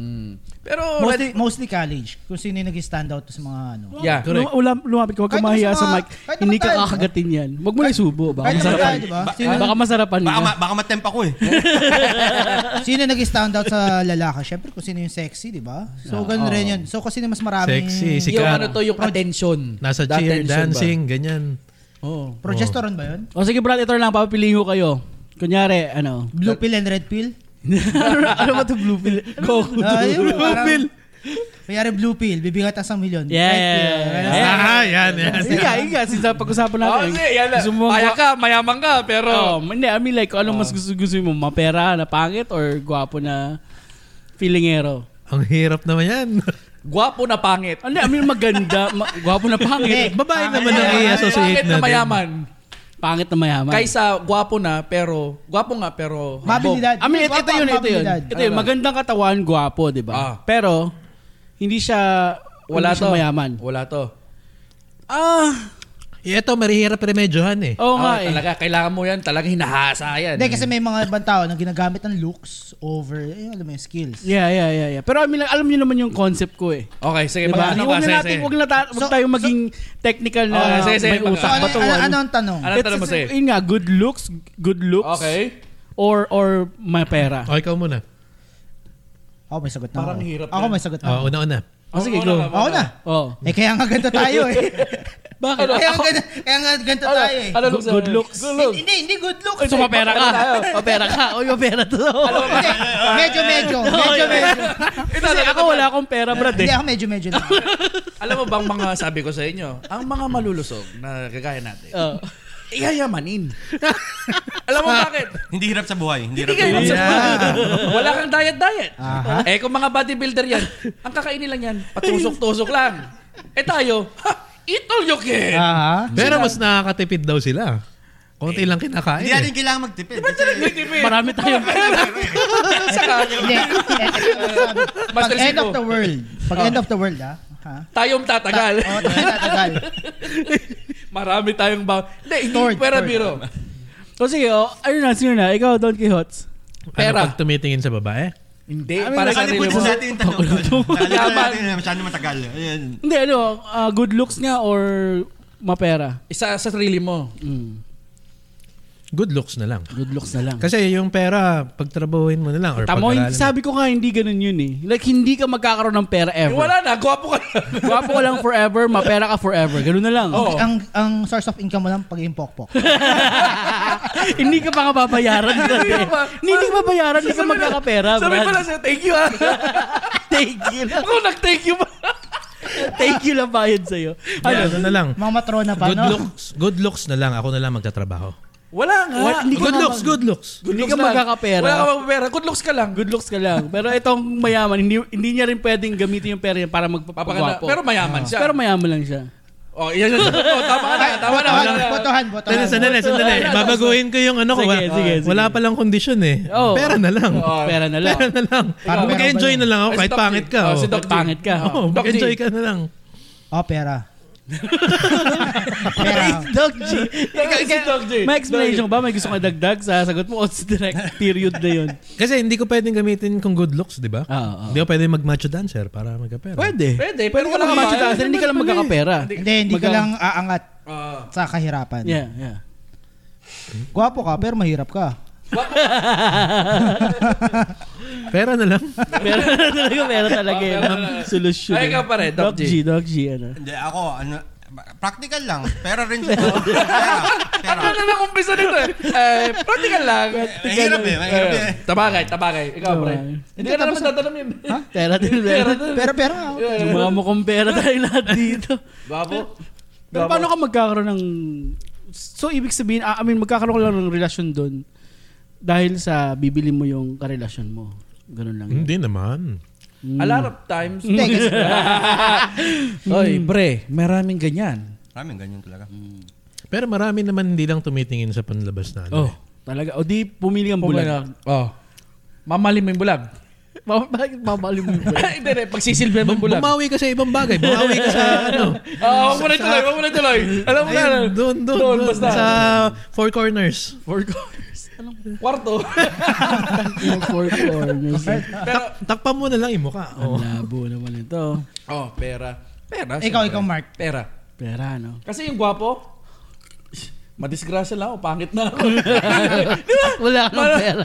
Pero, Mostly, mostly college. Kung sino yung nag-standout sa mga ano. yeah. Correct. Lum- lumapit ka, huwag ka Kahit mahiya naman sa sa mic. mga- kahit Hindi naman ka tayo, kakagatin yan. Huwag mo na isubo. Baka Kahit naman masarapan. tayo, di ba? Sino, Baka masarapan Baka, ka. ma- baka matemp ako eh. sino yung nag-standout sa lalaki? Siyempre, kung sino yung sexy, di ba? Ah, So, ganun rin yun. So, kasi mas marami Sexy, si yung ano Kat. to, yung attention. Nasa The attention cheer, ba? dancing, ganyan. Oo. Progesterone ba yun? Oh. O sige brad, ito na lang. Papapilihin ko kayo. Kunyari, ano? Blue pill and red pill? ano ba ito blue pill? Goku. Ah, yun, Blue parang- pill. Kunyari blue pill, bibigyan ka ng milyon. Yeah, Red yeah, pill, yeah. ganun. Ah, yan, yan. Hindi nga, hindi nga. Since pag-usapan natin. Oh, kasi, yan na. gusto mo- Kaya ka, mayaman ka, pero... Oh. Oh, hindi, I mean like, kung ano mas gusto, gusto mo? Mapera na pangit or gwapo na feelingero? Ang hirap naman yan. Gwapo na pangit. Hindi, I mean maganda. ma- gwapo na pangit. Babae naman ang Pangit i-associate na natin. mayaman. Pangit na mayaman. Kaysa gwapo na, pero... Gwapo nga, pero... habog. Mabilidad. I mean, ito, Guwapo ito ang yun, ito yun. mabilidad. Ito yun, magandang katawan, gwapo, di ba? Ah. Pero, hindi siya, Wala hindi to. siya mayaman. Wala to. Ah, Ito, marihirap remedyohan eh. oo nga Ah, eh. Talaga, kailangan mo yan. Talagang hinahasa yan. Hindi, kasi may mga ibang tao na ginagamit ang looks over, eh, alam mo yung skills. Yeah, yeah, yeah, yeah. Pero I mean, like, alam niyo naman yung concept ko eh. Okay, sige. Diba? Diba? Ano ka, Huwag na sige, natin, sige. huwag na ta- huwag So- tayong maging technical na Okay, sige, sige, may pag- usap. So, ano, ano, Batuan. ano ang tanong? Ano tanong mo, It's- sige? Yun nga, good looks, good looks. Okay. Or, or may pera. O, ikaw muna. Ako Oh, may sagot na Parang ako. hirap Ako na. may sagot na ako. O, una-una. Oh, sige, Una ano ka go. muna. Ako na. Oh. Eh, kaya nga ganito tayo eh. Bakit? kaya, nga, ganito- kaya nga ganito tayo eh. Ano Good- looks? good looks. Good looks. Hindi, hindi good looks. So, eh. mapera ka. mapera ka. O, mapera to. Ano? Hindi, medyo, medyo. Medyo, medyo. Kasi ako wala akong pera, brad Hindi eh. ako medyo, medyo lang. Alam mo bang mga sabi ko sa inyo, ang mga malulusog na kagaya natin, Oh. iyayamanin. Alam mo bakit? Hindi hirap sa buhay. Hindi hirap Hindi kayo sa buhay. yeah. Wala kang diet-diet. Eh kung mga bodybuilder yan, ang kakainin lang yan, patusok-tusok lang. Eh tayo, ha, eat all you Ah. can. Aha. Pero mas nakakatipid daw sila. Konti lang kinakain Hindi eh. natin kailangan magtipid. Kasi Marami tayong pera. Saka, Hindi. Pag Master end Sino. of the world. Pag end of the world ah. Ha? Oh, tayong tatagal. oh, Oo, tayo tatagal. Marami tayong ba... Hindi, hindi, Stored, pera stored. biro. O sige, oh, ayun na, sino na? Ikaw, Don Quixote. Ah, Pera. Ano pag tumitingin sa babae? Hindi, I mean, para Ano sa sarili nakalimutan mo. natin yung tanong. Nakalimutan Yaman. natin na masyadong matagal. Ayan. Hindi, ano, ah, good looks nga or mapera? Hmm, Isa sa sarili mo. Mm. Good looks na lang. Good looks na lang. Kasi yung pera, pagtrabahuin mo na lang. Or Tamo, pag-aralan mo. sabi ko nga hindi ganun yun eh. Like hindi ka magkakaroon ng pera Eh, ever. wala na, gwapo ka na. Gwapo ka lang forever, mapera ka forever. Ganun na lang. Oo. Ang ang source of income mo lang pag pokpok. hindi ka pa nga babayaran. Hindi ka pa. Hindi ka babayaran, hindi ka Sabi na- magkakapera. Sabi Brad. pala sa'yo, thank you ah. Thank you lang. Ako nag-thank you pa. Thank you lang bayad sa'yo. Ano, ano na lang. Mga matrona pa, Good no? looks, good looks na lang. Ako na lang magtatrabaho. Wala nga. Wala, hindi Good nga looks, mag- good looks. Hindi ka looks lang. magkakapera. Wala ka magpapera. Good looks ka lang. Good looks ka lang. Pero itong mayaman, hindi, hindi niya rin pwedeng gamitin yung pera niya para Papaganda. magpapagwapo. Pero mayaman siya. Pero mayaman lang siya. Oh, yan yan. Oh, tama na, tama na. Botohan, botohan, botohan. Sandali, sandali, sandali. Babaguhin ko yung ano ko. Sige, ah. sige, Wala palang kondisyon eh. Oo. Pera na lang. Oo. Oh. Pera na lang. Pera na lang. Parang Mag-enjoy meron ba na lang ako Ay, si kahit Doc G. pangit ka. Oh, oh. si Doc G. Pangit ka. Oo, Doc G. Mag-enjoy ka na lang. Oh, pera. pera. Dog G. Ikaw, si Doc J. May explanation ba? May gusto ka dagdag sa sagot mo? O it's direct period na yun? Kasi hindi ko pwedeng gamitin kung good looks, di ba? Oo, oo. Hindi ko pwedeng mag-macho dancer para magka-pera. Pwede. Pwede, pero Wala wala ka kang macho ba? dancer, hindi ka lang magkakapera. Hindi, hindi ka Magang- lang aangat Ah. sa kahirapan. Yeah, yeah. Gwapo ka, pero mahirap ka. Pera na lang. Pera na talaga, pera talaga. Oh, yun. pera na. Solusyon. Ay, ikaw pa rin, Doc G. Doc G, ano? Hindi, ako, ano, practical lang. Pera rin siya. pera. Pera. Ano na lang umpisa nito eh. Eh, practical lang. Mahirap eh, mahirap eh. Tabagay, tabagay. Ikaw, pre. Tabagay. Hindi ka na naman tatanong yun. Eh, Ha? Pera din, pera. Pero pera nga. Yung mga mukhang pera tayo lahat dito. Babo. Pero paano ka magkakaroon ng... So, ibig sabihin, ah, I mean, magkakaroon ka lang ng relasyon doon dahil sa bibili mo yung karelasyon mo. Ganun lang. yun. Hindi naman. A lot of times. Hindi, kasi Oh, Oy, pre, maraming ganyan. Maraming ganyan talaga. Pero marami naman hindi lang tumitingin sa panlabas na ano. Oh, eh. talaga. O di, pumili ang bulan. Bulag. Oh. Mamalim mo yung bulag. Mama, bakit mamali mo yung bulan? Hindi, hindi. Pagsisilbihan mo yung bulag. Bumawi ka sa ibang bagay. Bumawi ka sa ano. Oo, huwag mo na tuloy. Huwag mo na tuloy. Alam mo na. Ayun, ano? doon, doon, Doon, doon, basta. Sa four corners. Four corners. Anong Kwarto. yung four corners? Pero, Takpan mo na lang yung mukha. Ang Oh. labo naman ito. oh, pera. Ikaw, Pera. syempre. ikaw, Mark. Pera. Pera, no? Kasi yung gwapo, madisgrasya lang ako. Pangit na ako. Wala ka ng Parang- pera.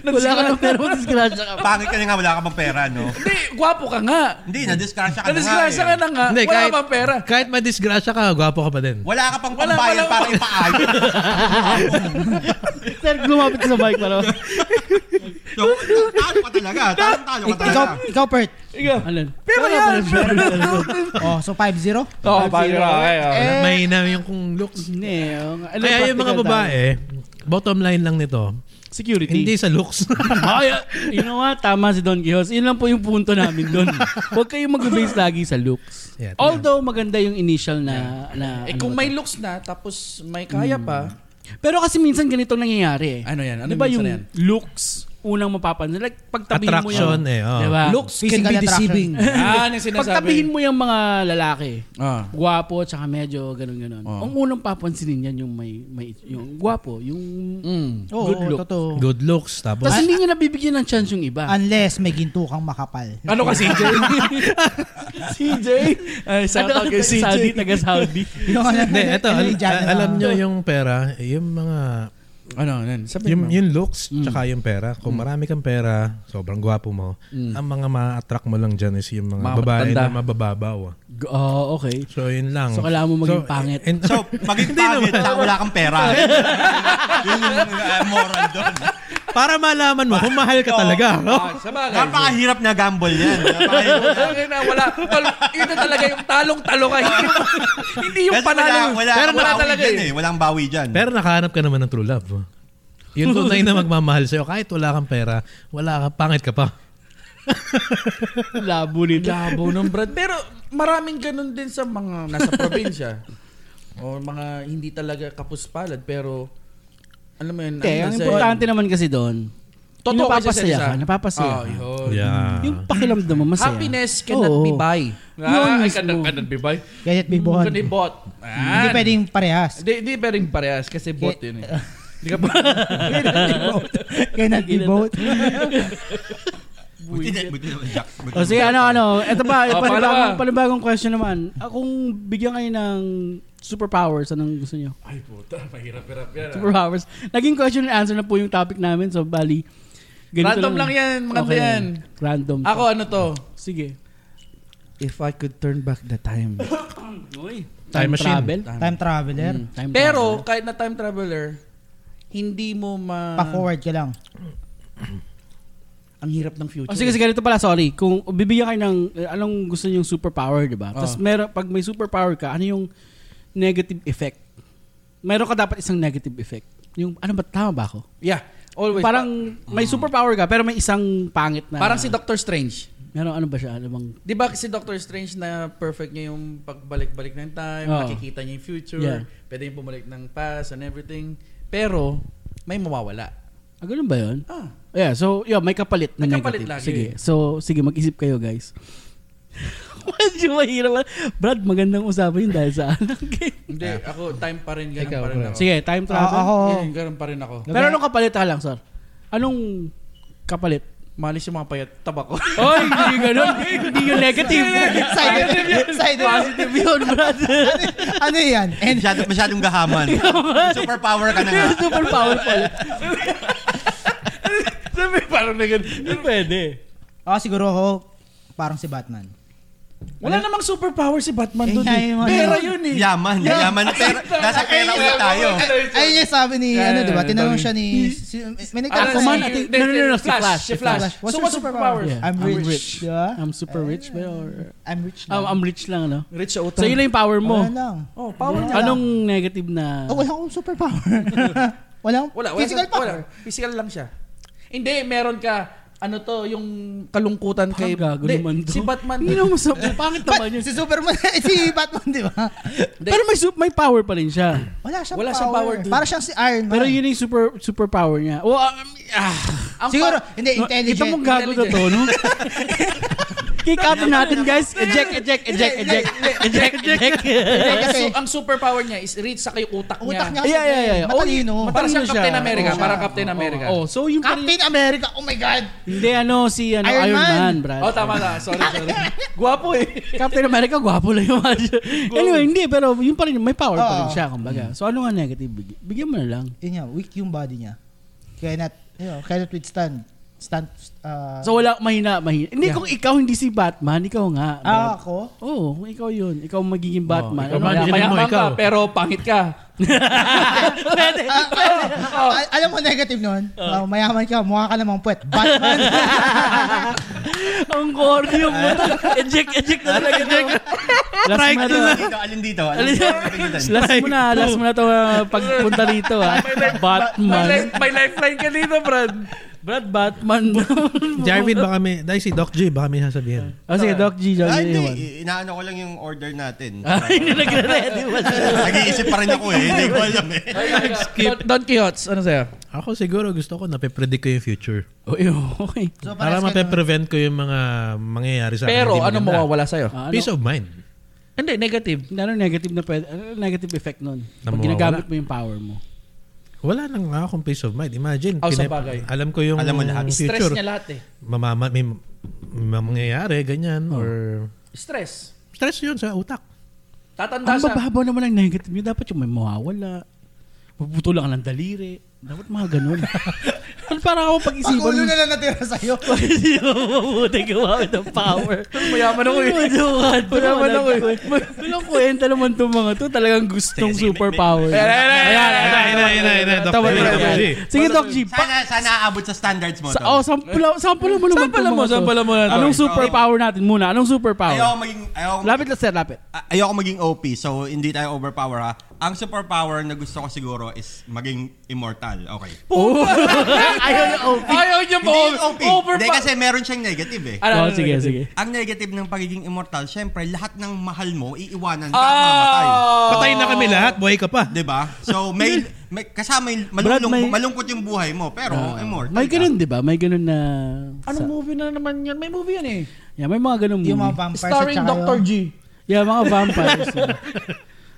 Wala ka ng pera. Disgrasya ka. Pangit ka na nga, wala ka pang pera, no? Hindi, gwapo ka nga. Hindi, na-discount ka na nga. Nadisgrasya eh. ka na nga. Ah, Hindi, Wala kahit- ka pang pera. Kahit may disgrasya ka, gwapo ka pa din. Wala ka pang Wala, pambayad wala- para ipaayos. Sir, lumapit sa mic para. So, talo ka talaga. Talo, talo ka ikaw, talaga. ikaw, Pert. Ikaw. Ano? Pero yan, pero Oh, so 5-0? Oo, pangit na. Ay, oo. May na yung kung looks. Hindi. oh, ano, Kaya yung mga practical tayo. babae, bottom line lang nito, Security. hindi sa looks. Ay, ah, you know what? Tama si Don Quijos. Yun lang po yung punto namin doon. Huwag kayong mag-base lagi sa looks. Yeah, tama. Although maganda yung initial na... na Eh ano kung ba may to. looks na, tapos may kaya pa, Pero kasi minsan ganito nangyayari eh. Ano yan? Ano Di ba minsan yung na yan? looks unang mapapansin? Like pagtabihin Attraction mo Diba? yung... eh. Oh. Di ba? Ah. looks can Physical be attraction. deceiving. Yan yung sinasabi. Pagtabihin mo yung mga lalaki, Ah. gwapo tsaka medyo ganun-ganun. Oo. Ang unang papansinin yan yung may, may yung gwapo, yung Mm. Oo, good look. totoo. Good looks. Tapos, Tapos hindi niya nabibigyan ng chance yung iba. Unless may ginto kang makapal. Ano ka, CJ? CJ? Ay, shout out kay Ano CJ. Saudi, taga Saudi. Yung ano, hindi, eto, yung al- dyan, al- ano. alam nyo yung pera, yung mga, Ano, nan? Sabi mo. yung, yung looks, Mm. tsaka yung pera. Kung marami kang pera, sobrang gwapo mo, Mm. ang mga ma-attract mo lang dyan is yung mga Mga babae matanda. na mabababaw. ah. Oh, okay. So, yun lang. So, kailangan mo maging pangit. and- So, maging pangit na wala kang pera. Yun yung uh, moral doon. para malaman mo kung mahal ka talaga. no? Ah, sa bagay. Napakahirap na gamble yan. Napakahirap. Bagay na, wala. Tal- Ito talaga yung talong-talo ka. Hindi, hindi yung Kasi panalo. wala, Pero wala, wala wala talaga dyan, eh. eh. Walang bawi dyan. Pero nakahanap ka naman ng true love. Yun tunay na magmamahal sa'yo. Kahit wala kang pera, wala ka, pangit ka pa. Labo nito. Labo ng brad. Pero maraming ganun din sa mga nasa probinsya. o mga hindi talaga kapuspalad pero alam mo yun. Hindi, ang ano kasi- importante naman kasi doon, yung Totoo kasi napapasaya ka, sa isa. napapasaya Oh, ka. yun. Yeah. Yung pakiramdam mo masaya. Happiness cannot Oo. be buy. Yun Ah, ay, mismo. cannot, cannot be buy. Ganyan may buhon. Cannot be bought. Hindi Ah, pwedeng parehas. Hindi, hindi pwedeng parehas kasi bot yun eh. Hindi ka pa. Cannot be both. Buti na, buti naman, Jack. Buti O sige, ano, ano. Ito pa, Ah, Oh, panibagong, pangalawa. panibagong question naman. Ah, Kung bigyan kayo ng superpowers, anong gusto nyo? Ay puta, mahirap-hirap yan. ah. Superpowers. Naging question and answer na po yung topic namin. So, bali. Random lang yan, maganda yan. Random. Ako ano to? Sige. If I could turn back the time. Time machine. Travel. Time traveler. Time Pero kahit na time traveler, hindi mo ma... Pa-forward ka lang. Ang hirap ng O Oh, future. sige, sige, ganito pala, sorry. Kung bibigyan kayo ng, eh, anong gusto niyong superpower, di Oh. ba? Tapos meron, pag may superpower ka, ano yung negative effect? Meron ka dapat isang negative effect. Yung, ano ba, tama ba ako? Yeah, always. Ah. Parang may superpower ka, pero may isang pangit na... Parang si Doctor Strange. Meron, ano ba siya? Ano bang... Di ba si Doctor Strange na perfect niya yung pagbalik-balik ng time, Oo. nakikita niya yung future, Yeah. pwede yung bumalik ng past and everything. Pero, may mawawala. Ah, ganun ba yun? Ah, Yeah, so, yeah, may kapalit na May negative. kapalit lagi. Sige, so, sige, mag-isip kayo, guys. Medyo mahirap. Brad, magandang usapan yun dahil sa anak. hindi. Ako, time pa rin, ganun Ikaw, pa rin Brad. ako. sige, time travel. Ah, ako, Ganun, ganun pa rin ako. Pero anong kapalit ka lang, sir? Anong kapalit? Malis yung mga payat, tabako. Oy, hindi ganun. hindi yung negative. Side Side Positive yun, Brad. Ano yan? And masyadong, masyadong gahaman. Superpower ka na nga. Super powerful. Sabi parang na ganun. Pwede. Ako siguro ako, parang si Batman. Wala namang superpower si Batman Eh, doon. nga Eh. yung ano. Pera yun eh. Yaman, yaman. Pera, nasa pera ulit tayo. Ayun yung sabi ni, Ano Yeah, ano, di ba? yeah, Tinanong yeah. siya ni... si- May nagtanong Aquaman sa- at- no, no, no, no, si Flash, Si Flash. What's So your what's superpower? Yeah. I'm, I'm rich. rich. Di ba? I'm super rich, but or... I'm rich lang. I'm, I'm rich lang, ano? Rich sa utang. So, yun lang yung power mo. Wala lang. Oh, power niya. Anong negative na... Oh, wala akong superpower. wala akong Wala, wala. physical sa- power. Wala. Physical lang siya. Hindi, meron ka ano to, yung kalungkutan Parang kay... gago Hindi, naman to. Si Batman. Hindi naman sa... Pangit But, naman yun. si Superman, eh, si Batman, di ba? Pero may, sup- may power pa rin siya. Wala siyang Wala power. siyang power, dude. Para siyang si Iron Man. Pero yun yung super super power niya. Well, um, ah, Ang Siguro, pa- hindi, Kita intelligent. mo gago na to, no? Kick out natin, guys. Eject, eject, eject, eject. Eject, eject. Hindi, eh, Kasi- kasi ang superpower niya is reach sa kay utak, Utak niya. niya. Yeah, yeah, yeah, yeah. Oh, Matalino. yun- Para Parang siyang siya. Captain America. Oo, para Captain America. Oh, so yung pa rin- Captain America, oh my God! Hindi, ano, si ano, Iron, Iron Man. Man, Brad. Oh, tama na. Sorry, sorry. Guwapo eh. Captain America, gwapo lang yung match. anyway, hindi, pero yun pa rin, may power pa rin Oo. siya, Mm. kumbaga. So, ano nga negative? Bigyan, bigyan mo na lang. Yun nga, weak yung body niya. Cannot, you know, cannot withstand. Stand, uh, So, wala, mahina, mahina. Hindi, Yeah. kung ikaw hindi si Batman, ikaw nga. Brad. ah, ako? Oo, kung ikaw yun. Ikaw ang magiging Oh, Batman. ikaw Ano man, kaya- yun ang Mayaman ikaw. ka, pero pangit ka. Pwede. Ah, alam mo negative nun? Ah, mayaman ka, mukha ka namang puwet. Batman! Ang corny yung muta. Eject, eject na talaga. Eject. Last mo na to. Dito, alin dito? Alin Ano? Alin- dito? Alin dito? Last mo na, last mo na to ah, pagpunta rito ha. May, Batman. life- may lifeline ka dito, Brad. Brad Batman. Jarvin, baka may, dahil si Doc J, baka may sasabihin. Oh, sige, Doc G. Doc Ah, G. hindi. Iwan. Inaano ko lang yung order natin. Ay, nagre-ready ba siya? Nag-iisip pa rin ako eh. Hindi ko alam eh. Don, Don Quixote, ano sa'yo? Ako siguro gusto ko nape-predict ko yung future. Uy, okay. so, parehas ka Para nun. mape-prevent ko yung mga mangyayari sa akin. Pero hindi ano maganda. mawawala sa'yo? Ah, Peace Ano, of mind. Hindi, negative. ano negative na pwede, ano negative effect nun? Pag Na mawawala. ginagamit mo yung power mo. Wala nang nga akong peace of mind. Imagine, Oh, sa pinep- bagay. alam ko yung Alam mo lahat. Stress future. niya lahat eh. Mamama, may, may mangyayari, Oh. ganyan. Or Stress. stress yun sa utak. Tatanda Ang siya. bababaw naman ang negative niya. Dapat yung may mawawala. Mabuto lang ng daliri. Dapat mga ganun. ano parang ako Ang pag-isipan ulo mo? na lang natira sa'yo. Hindi mo mabuti gumamit ng power. Mayaman ako eh. Mayaman ako. Mayaman Mayaman ako. ako eh. Walang kwenta naman itong mga to. Talagang gustong superpower. Ayan, ayan, ayan, ayan, ayan, ayan, ayan. Tama, tama, tama. Sige, Doc G. Pa- Sana, sana aabot sa standards mo sa, to. oh, sampula, sampula mo naman Sampula itong mo, mga to. sampula mo na to. Anong superpower natin muna? Anong Ayoko superpower? maging, ayoko, Lapit lang, sir. Lapit. Ah, ayoko maging OP, so hindi tayo overpower ha. Ang superpower na gusto ko siguro is maging immortal. Okay. Oh, Ayaw yung OP. Ayaw niya mo. Hindi yung OP. Over Hindi kasi meron siyang negative eh. Ano, Oh, ano, sige, ano, sige. Ang negative ng pagiging immortal, syempre lahat ng mahal mo iiwanan ka at mamatay. Ah! Patay na kami lahat, buhay ka pa. 'Di ba? So may, may kasama yung Brad, malulung, may- Ah. malungkot yung buhay mo pero immortal. May ka. ganun, di ba? May ganun na... Anong movie na naman yan? May movie yan eh. Yeah, may mga ganun Yung mga movie. vampires at Starring saka Dr. yung- G. Yeah, mga vampires. eh.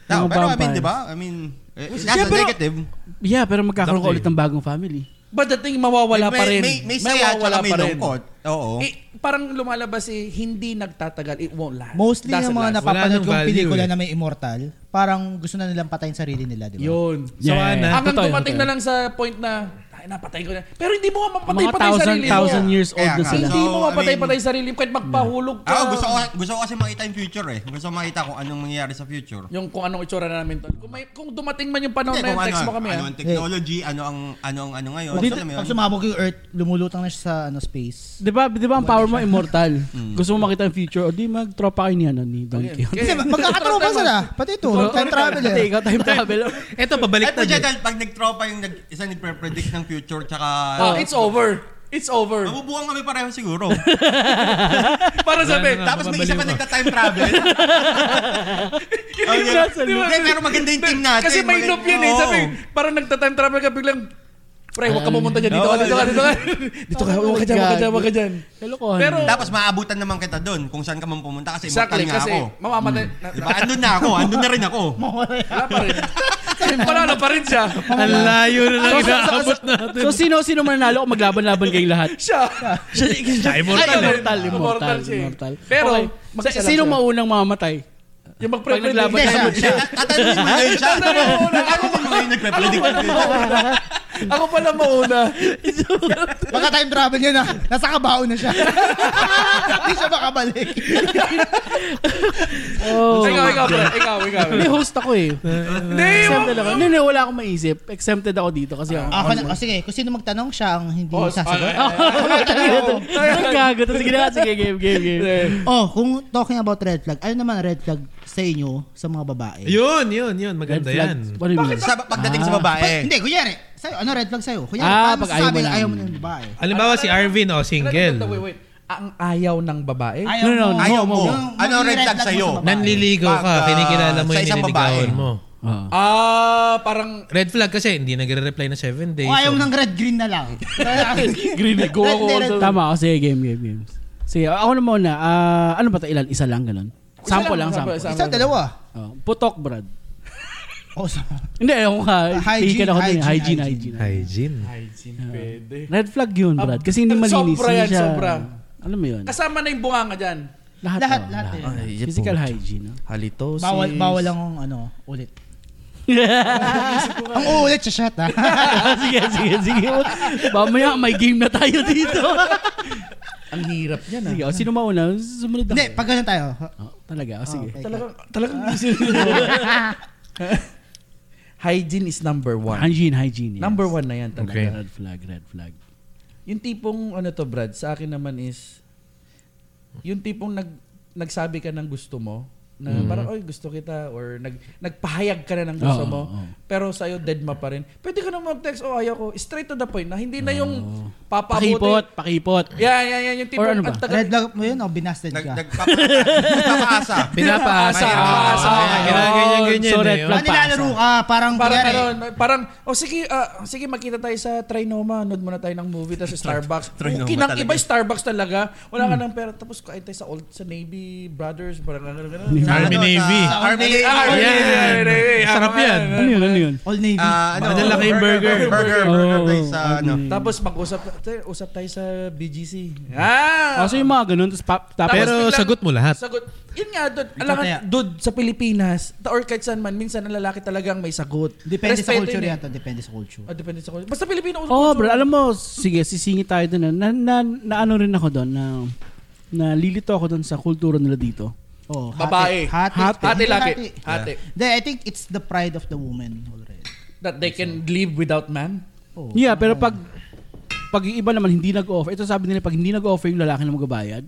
yeah. Mga No, pero I mean, vampires. 'di ba? I mean, eh, nasa Siyempre- negative. Yeah, pero magkakaroon ka Doctor. ulit ng bagong family. But the thing, mawawala may, pa rin. May, may saya at mawawala may lungkot. Oo. Eh, parang lumalabas eh, hindi nagtatagal. It won't last. Mostly ng Doesn't mga last. napapanood nang kong value pelikula eh. na may immortal, parang gusto na nilang patayin sarili nila, di ba? Yun. So, Ana, Hanggang totoo yun, dumating totoo na lang sa point na, ay, napatay ko na. Pero hindi mo mapatay Mga patay thousand, sarili thousand mo. years old Kaya na nga. sila. Hindi So, mo I mapatay patay mean- sarili mo kahit magpahulog ka. Ako, Ah, gusto ko, gusto ko kasi makita yung future eh. Gusto ko makita kung anong mangyayari sa future. Yung kung anong itsura na namin to. Kung, may, kung dumating man yung panahon Hindi, na yun, kung text ano, mo kami. ano ah. ang technology, ano ang ano ang ano ngayon. Pag, alam mo pag yun? sumabog yung Earth, lumulutang na siya sa ano space. Di ba, di ba ang power mo immortal? Mm. Gusto mo makita ang future, o di magtropa kayo ni, ano, ni Don Quixote. Kasi magkakatropa sila. Pati ito, time travel Hindi, eh. ikaw time travel. Ito, pabalik Ay, na po dyan. dyan, pag nagtropa yung nag, isa nagpre-predict ng future, tsaka... Oh, it's over. It's over. Mabubuhang kami pareho siguro. Para sabi, Wala na nga. Tapos may isa pa Mababaliw ka. nagta-time travel. oh, yun. nasa loop. Hindi, pero maganda yung team natin. kasi may Maganda- loop yun eh. Oo. Sabi, parang nagta-time travel ka biglang, Pre, huwag ka pumunta dyan. Dito ka, dito ka, dito ka. Dito ka, huwag ka dyan, huwag ka dyan, huwag ka dyan. Kalokohan. Pero, Tapos maaabutan naman kita doon kung saan ka man pumunta kasi exactly, immortal nga kasi ako. mamamatay. na- Diba? Andun na ako. Andun na rin ako. Wala pa rin. Panalo pa rin siya. Ang layo na lang inaabot na. so, sino, sino mananalo kung maglaban-laban kayong lahat? Siya. Siya, Ay, immortal eh. Immortal, immortal, Immortal siya eh. immortal. Pero, Okay. mag-isa Sa- lang sino siya. maunang mamamatay? Yung Pag magpre-predict. naglaban siya. kayo. Siya, At ano yung mga yun siya? Ako din mga yun nagpre-predict. Ako pala mauna. Baka time travel yun ah. Nasa kabaho na siya. Hindi siya makabalik. Oh. Ikaw, ikaw, pre. Ikaw, ikaw. May host ako eh. Hindi, Exempted ako. Hindi, hindi, wala akong maisip. Exempted ako dito kasi ako. Ako na, oh, sige, kung sino magtanong siya ang hindi sasagot. Ang gago. Sige na, sige, game, game, game. Oh, kung talking about red flag, ano naman red flag sa inyo sa mga babae? Yun, yun, yun. Maganda yan. What do you mean? Sa pagdating sa babae. Pa- hindi, kunyari, sa'yo, ano red flag sa'yo? Kunyari, Ah, paano pag ayaw mo sasabing lang. ayaw mo ng babae? Halimbawa si Arvin, oh, single. Wait, wait. Ang ayaw ng babae? Ayaw No, no, mo. Ayaw mo. Yung- Ano yung red flag mo sa'yo? sa babae. Nanliligaw ka, Pag, ah, kinikilala mo sa yung isang nililigawan babae. mo. Ah, parang Red flag kasi, hindi nagre-reply na 7 days. O ayaw mo so- ng red green na lang. Green eh. Go Red, red, ako. red. Tama ako. Sige, game, game, game. Sige, ako na muna. Ah, ano ba ito? Ilan? Isa lang, ganun. Sample lang, sample. Isa, dalawa. Oh, Putok, Brad. O, sa- Hindi, ako ka. Hygiene, Hygiene, ako hygiene, hygiene, hygiene, hygiene. Hygiene. Hygiene, pwede. Red flag yun, Brad. Ah, Kasi hindi sobra malinis. Sobra yan, yan, siya, sobra. Alam mo yun? Kasama na yung bunganga dyan. Lahat, Lahat, oh, lahat yun. Ay, yun Physical po. hygiene. oh. Halitosis. bawal, bawal lang ang ano, ulit. ang ulit siya shot, ha? sige, sige, sige. Mamaya may game na tayo dito. Ang hirap niyan ah. sige, oh, sino mauna? Sumunod ako. Hindi, pag ganun tayo. Oh, talaga, oh, sige. Okay. Talagang, talagang Hygiene is number one. Hygiene, hygiene. yes. Number one na yan talaga. Okay. Red flag, red flag. Yung tipong ano to Brad, sa akin naman is yung tipong nag nagsabi ka ng gusto mo na Mm-hmm. parang oy gusto kita or nag nagpahayag ka na ng gusto Oo, mo oo. pero sa iyo dead ma pa rin. Pwede ka na mag-text oh ayaw ko straight to the point na hindi na yung papaabuti. Pakipot, pakipot. Yeah, yeah, yeah, yung tipong Or ano ba? ang tagal- Red flag mo yun o binasted Nag, ka? nagpapaasa. Pinapaasa. Pinapaasa. Pinapaasa. Pinapaasa. Ganyan-ganyan. So, red Ah, eh, oh. flag. nilalaro ka, parang, Parang kunyari, ano, parang oh sige, ah, sige makita tayo sa Trinoma, nod muna tayo ng movie tapos sa Starbucks. Trinoma Okay, nang talaga. iba yung Starbucks talaga. Wala ka ng pera tapos kain tayo sa old sa Navy Brothers, parang ano ganun. Army Ano, Navy. sa Army Navy. Ah, yeah, yeah, Yan. yeah, yeah, yeah. ah, Sarap yan. Ano yun, ano yun? All Navy. Ah, ano, Madala kayong burger. Burger, burger place sa ano. Tapos mag-usap tayo, usap tayo sa BGC. Ah! Oh, so yung mga ganun, tapos pap, tapos, Pero biglang- sagot mo lahat. Sagot. Yun nga, dude. Alam ka, kaya. dude, sa Pilipinas, ta- or kahit saan man, minsan ang lalaki talagang may sagot. depende sa Respeto culture yun eh. yan to, depende sa culture. Oh, depende sa culture. Basta Pilipino. Oo, oh, bro, alam mo, sige, sisingit tayo doon. Na, na, na ano rin ako doon, na, na lilito ako doon sa kultura nila dito. Oh, Babae. Hati. Hati. Hati laki. Hati. Hati. Hindi, I think it's the pride of the woman already. That they can live without man. Oh. Yeah, pero pag pag yung iba naman hindi nag-offer, ito sabi nila pag hindi nag-offer yung lalaki na magbabayad,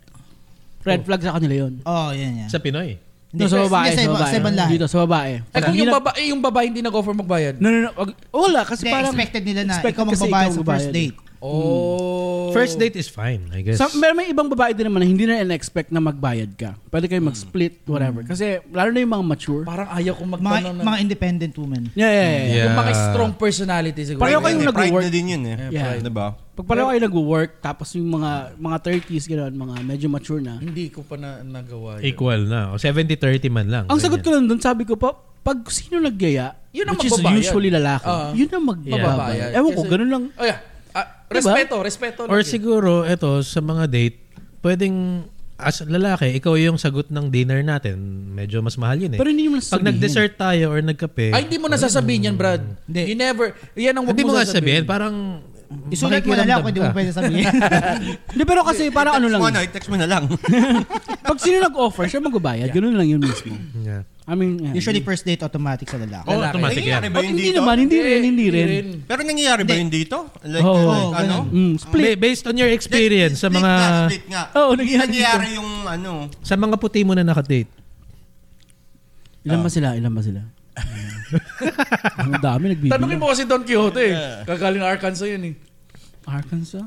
red flag sa kanila yun. Oh, yan yan. Sa Pinoy. No, sa Hindi, babae, sa sa iba- babae. sa ibang lahi. Dito, sa babae. Eh kung hindi yung nag- babae, eh, yung babae hindi nag-offer magbayad. No, no, no. wag- Wala, kasi Hindi, parang... expected nila na expected ikaw kasi magbabayad ikaw sa first magbabayad. date. Oh. First date is fine, I guess. Sa, may, may ibang babae din naman na hindi na in-expect na magbayad ka. Pwede kayo mag-split, whatever. Kasi lalo na yung mga mature. Parang ayaw kong Mga, magtanong ng... mga independent women. Yeah, yeah, yeah. yeah. Yeah. Kung mga strong personality siguro. Pareho kayo Hindi, Pride nag-work. na din yun eh. Yeah. Pride, Diba? Pag pareho kayo nag-work, tapos yung mga mga 30s, gano'n, mga medyo mature na. Hindi ko pa na, nagawa yun. Equal na. O 70-30 man lang. Ang sagot ko lang doon, sabi ko pa, pag sino nagyaya, Yun ang which is magbabayad. usually lalaki, Oo. yun ang Babae. Ah. magbabayad. Ewan ko, Kasi- ganun lang. Oh yeah. Ah, Diba? Respeto, respeto. Or lagi. siguro, eto, sa mga date, pwedeng as lalaki, ikaw yung sagot ng dinner natin. Medyo mas mahal yun eh. Pero hindi mo nasasabihin. Pag nag-dessert tayo or nagkape, Ay, hindi mo nasasabihin yan, Brad. You never, yan ang wag hindi mo nga sasabihin. sabihin, parang Isulat mo na lang kung di mo pwede sabihin. Hindi, pero kasi parang ano lang. Mo, na, text mo na lang. Pag sino nag-offer, siya magbabayad. Ganun lang yun mismo. Yeah. I mean, yeah. Usually first date automatic sa lalaki. Oh, automatic Nangyayari yan. ba Pag yun hindi dito? naman, hindi rin, hindi rin. Pero nangyayari ba yun dito? Like, Oo, like, ano? Mm, split. Ba- Based on your experience sa Split mga nga, split nga. Oo, Hindi nangyayari nangyayari yung ano. sa mga puti mo na nakadate. Ilan Ah. ba sila? Ilan ba sila? Ang dami nagbibilang. Tanungin mo kasi Don Quixote eh. Kagaling Arkansas yun eh. Arkansas?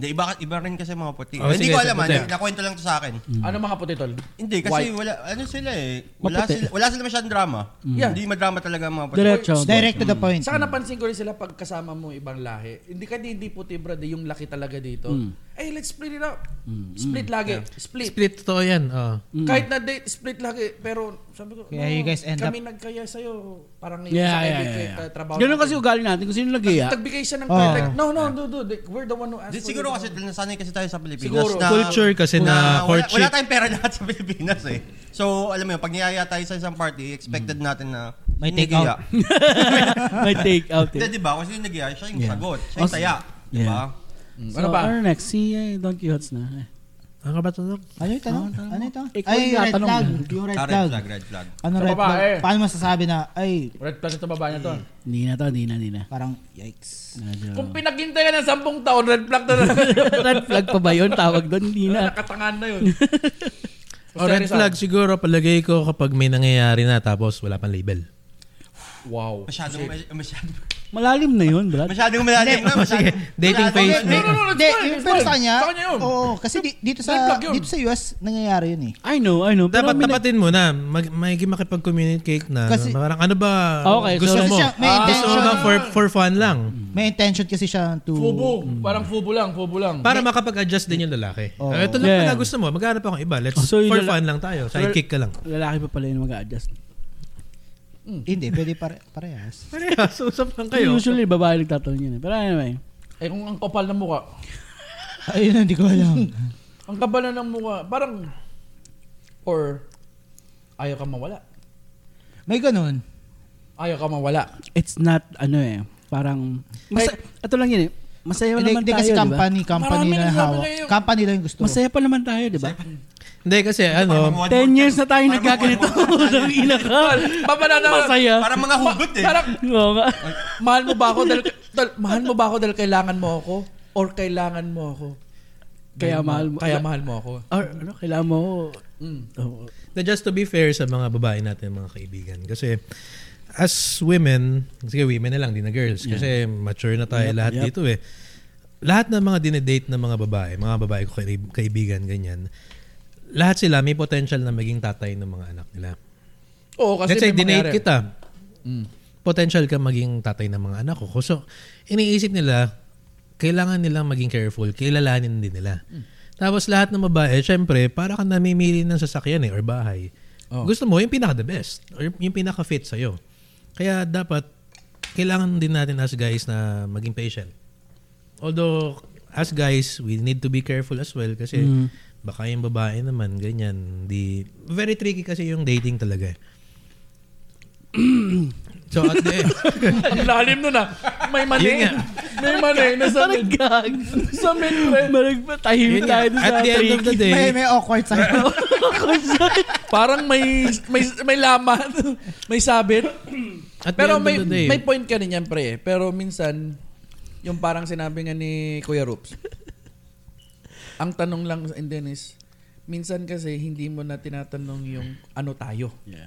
Hindi, iba, iba rin kasi mga puti. Oh, hindi sige, ko alam, puti. ano, nakwento lang to sa akin. Mm. Ano mga puti, tol? Hindi, kasi White. wala, ano sila eh. Wala Maputi. sila, wala sila masyadong drama. Yeah. Hindi madrama talaga ang mga puti. Diretso. Direct to the point. Saka napansin ko rin sila pag kasama mo ibang lahi. Hindi ka hindi puti, Brad. eh, Yung laki talaga dito. Mm. Eh, let's split it up. Split lagi. Split. Split totoo yan. Oh. Kahit na date, split lagi. Pero sabi ko, Mm. Kaya you guys end kami nagkaya sa'yo. Parang yung Yeah, sa yeah, every yeah, yeah. tra- trabaho. Ganun natin. kasi ugali natin. Kung sino nag-iya. Tagbigay siya ng Oo. card. Like, no, no, no, dude. like, We're the one who asked Di, for siguro it. kasi nasanay kasi tayo sa Pilipinas. Siguro. Na, Culture kasi na wala, courtship. wala tayong pera lahat sa Pilipinas eh. So, alam mo yun, pag niyaya tayo sa isang party, expected Mm. natin na May yung take out. nagiya. May take out Hindi, eh. di ba? Kasi yung nagiya, siya yung sagot. Siya yung Os- taya. Di ba? So, Ano ba? Our next, si eh, Don Quixotes na. Ang Ano kabataan. yung tanong? Ano yung tanong? Ikaw Ay, yung red tatanong. flag. Yung red Ah, flag. Red flag, red flag. Ano Sa red babae. flag? Paano masasabi na, ay, Red flag ito babae na to. Hindi na to, hindi na, hindi na. parang, yikes. Medyo- Kung pinaghintay ka ng sampung taon, red flag na Red flag pa ba yun? Tawag doon, hindi na. Nakatangan na yun. Oh, O Oh, red flag siguro palagay ko kapag may nangyayari na tapos wala pang label. Wow. Masyadong, masyadong, Malalim na yun, Brad. masyadong malalim na. Sige, Masyadong, dating Wala, phase. wala, na. No, no, no, Hindi, it's fine, yung- it's pero fine. sa kanya, Sa kanya Oh. yun. oo, kasi di- dito Red sa, flag yun. dito sa US, nangyayari yun eh. I know, I know. Pero Dapat may nag- tapatin mo na. Mag, may makipag-communicate na. Kasi- parang ano ba Okay, so- gusto Kasi mo? siya, may gusto mo intention, Mm. ba for, for fun lang? may intention kasi siya to, Fubo. Parang fubo lang, fubo lang. Para makapag-adjust din yung lalaki. Oo. Ah, ito lang Yeah. pala gusto mo. Maghanap akong iba. Let's Oh, so yung for lala- fun lang tayo. Sidekick ka lang. Lalaki pa pala yung mag-a-adjust. hindi, pwede pare, parehas. Parehas. Usap lang kayo. Usually, babae nagtatanong yun. eh. Pero anyway. Eh kung ang kapal ng mukha. Ayun, hindi ko alam. Ang kapal na ng mukha. Parang, or, ayaw ka mawala. May ganun. Ayaw ka mawala. it's not ano eh, parang masa- ito lang yun eh. Masaya Hindi naman hindi tayo, kasi di ba? company, company Marami lang nagsabi hawak. na yun. Company lang yung gusto. Masaya pa naman tayo, di ba? Hindi kasi ano. One Ten more years na tayo Parang nagkaganito. Ang ina ka. Papanana. Masaya. Parang mga hugot eh. Parang, Oo nga. mahal mo ba ako dahil, dahil- mahal mo ba ako dahil kailangan mo ako? Or kailangan mo ako? Kaya mahal mo. Kaya mahal mo ako. Or ano, kailangan mo. Oo. Na just to be fair sa mga babae natin, mga kaibigan. Kasi as women, sige women na lang, di na girls. Kasi mature na tayo lahat yep. dito eh. Lahat ng mga dinedate ng mga babae, mga babae ko kaib- kaibigan, ganyan, lahat sila may potential na maging tatay ng mga anak nila. Oo, kasi Let's say, may mangyari. dinate Mm. kita. Potential ka maging tatay ng mga anak ko. So, iniisip nila, kailangan nilang maging careful. Kilalanin din nila. Mm. Tapos lahat ng babae, syempre, para ka namimili ng sasakyan eh, or bahay. Oh. Gusto mo yung pinaka the best or yung pinaka fit sa'yo. Kaya dapat, kailangan din natin as guys na maging patient. Although, as guys, we need to be careful as well kasi Mm. baka yung babae naman, ganyan. Di, very tricky kasi yung dating talaga. eh. so, at the end, Ang lalim nun ah. May yun mani. nga. May mani na sa Parang mid. gag. Sa mid, pre. Marag tahimik yun nga, tayo doon at sa the end of the tricky. day, May, may awkward sa'yo. Parang may may may laman, may sabit. at the Pero end may of the day, may point ka rin yan, pre. eh. Pero minsan yung parang sinabi nga ni Kuya Rups. ang tanong lang and then is minsan kasi hindi mo na tinatanong yung ano tayo. Yeah.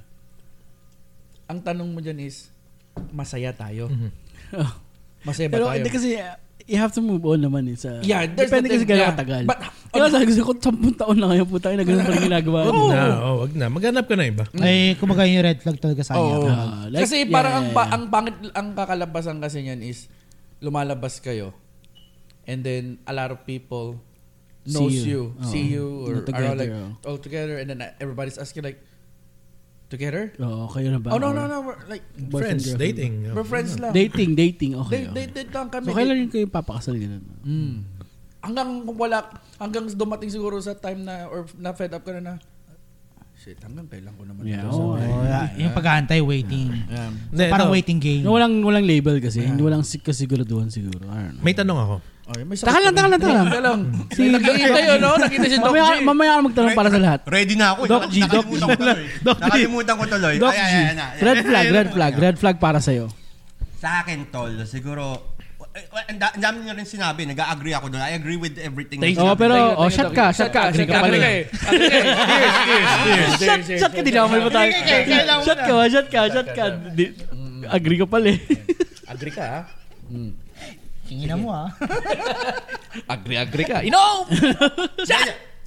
Ang tanong mo dyan is masaya tayo. Oh. Masaya ba Pero tayo? hindi kasi uh, you have to move on naman eh. Sa, Yeah, there's depende the kasi thing, gano'ng yeah. katagal. But- Kaya sabi ko, "Kung 10 taon na kayo po tayo na ganun pa rin ginagawa. wag mo." na, oh, wag na. Maghanap ka na iba. Ay, kumbaga yung red flag talaga sa Oo. kanya. Ah, like- kasi yeah, parang yeah, ang ba- yeah. ang pangit ang kakalabasan kasi niyan is lumalabas kayo and then a lot of people See knows you. you, see Oo. you or Not are all together, like all together and then everybody's asking like Together? Oo, kayo na ba? Oh, no, Or- no, no. We're, like, Boyfriend, Friends, girlfriend. dating. oh. we're friends lang. Dating, dating. Okay. Date, okay. date, date lang kami. So, kailan rin kayo papakasal ganun? Mm. Hanggang wala, hanggang dumating siguro sa time na, or na-fed up ka na na, shit, hanggang kailan ko naman Yeah, ito sa- oo. Oh, yeah. Yung pag-aantay, waiting. Ayan. Hindi, Parang ito, waiting game. No, walang, walang label kasi. Hindi walang sig- kasiguraduhan siguro. I don't know. May tanong ako. Okay, may Taka lang, taka lang, taka lang. Taka lang. Nakikita kayo, no? Nakita si Doc G. Mamaya, mamaya ka magtanong para sa lahat. Ready na ako. eh. Doc G, Doc Nakalimutan ko tuloy. Doc G. Nakalimutan ko tuloy. Doc Ay, G, ay, ay, ay, ay. red flag, red flag, red flag para sa'yo. Sa akin, tol, siguro, eh, well, ang da- ang dami nyo rin sinabi, nag-agree ako doon. I agree with everything. na Oh, sinabi. pero, Teka, oh, teka, shot teka. ka, shot ka. Agree ka pala. Agree eh. ka eh. Agree ka eh. Cheers, cheers, cheers, Shot, cheers, shot ka, di na may patay. Shot ka ba, shot ka, shot ka. Di- Agree ka pala eh. Agree ka, ha? Tingin na mo ah. Agree, agree ka. Ino!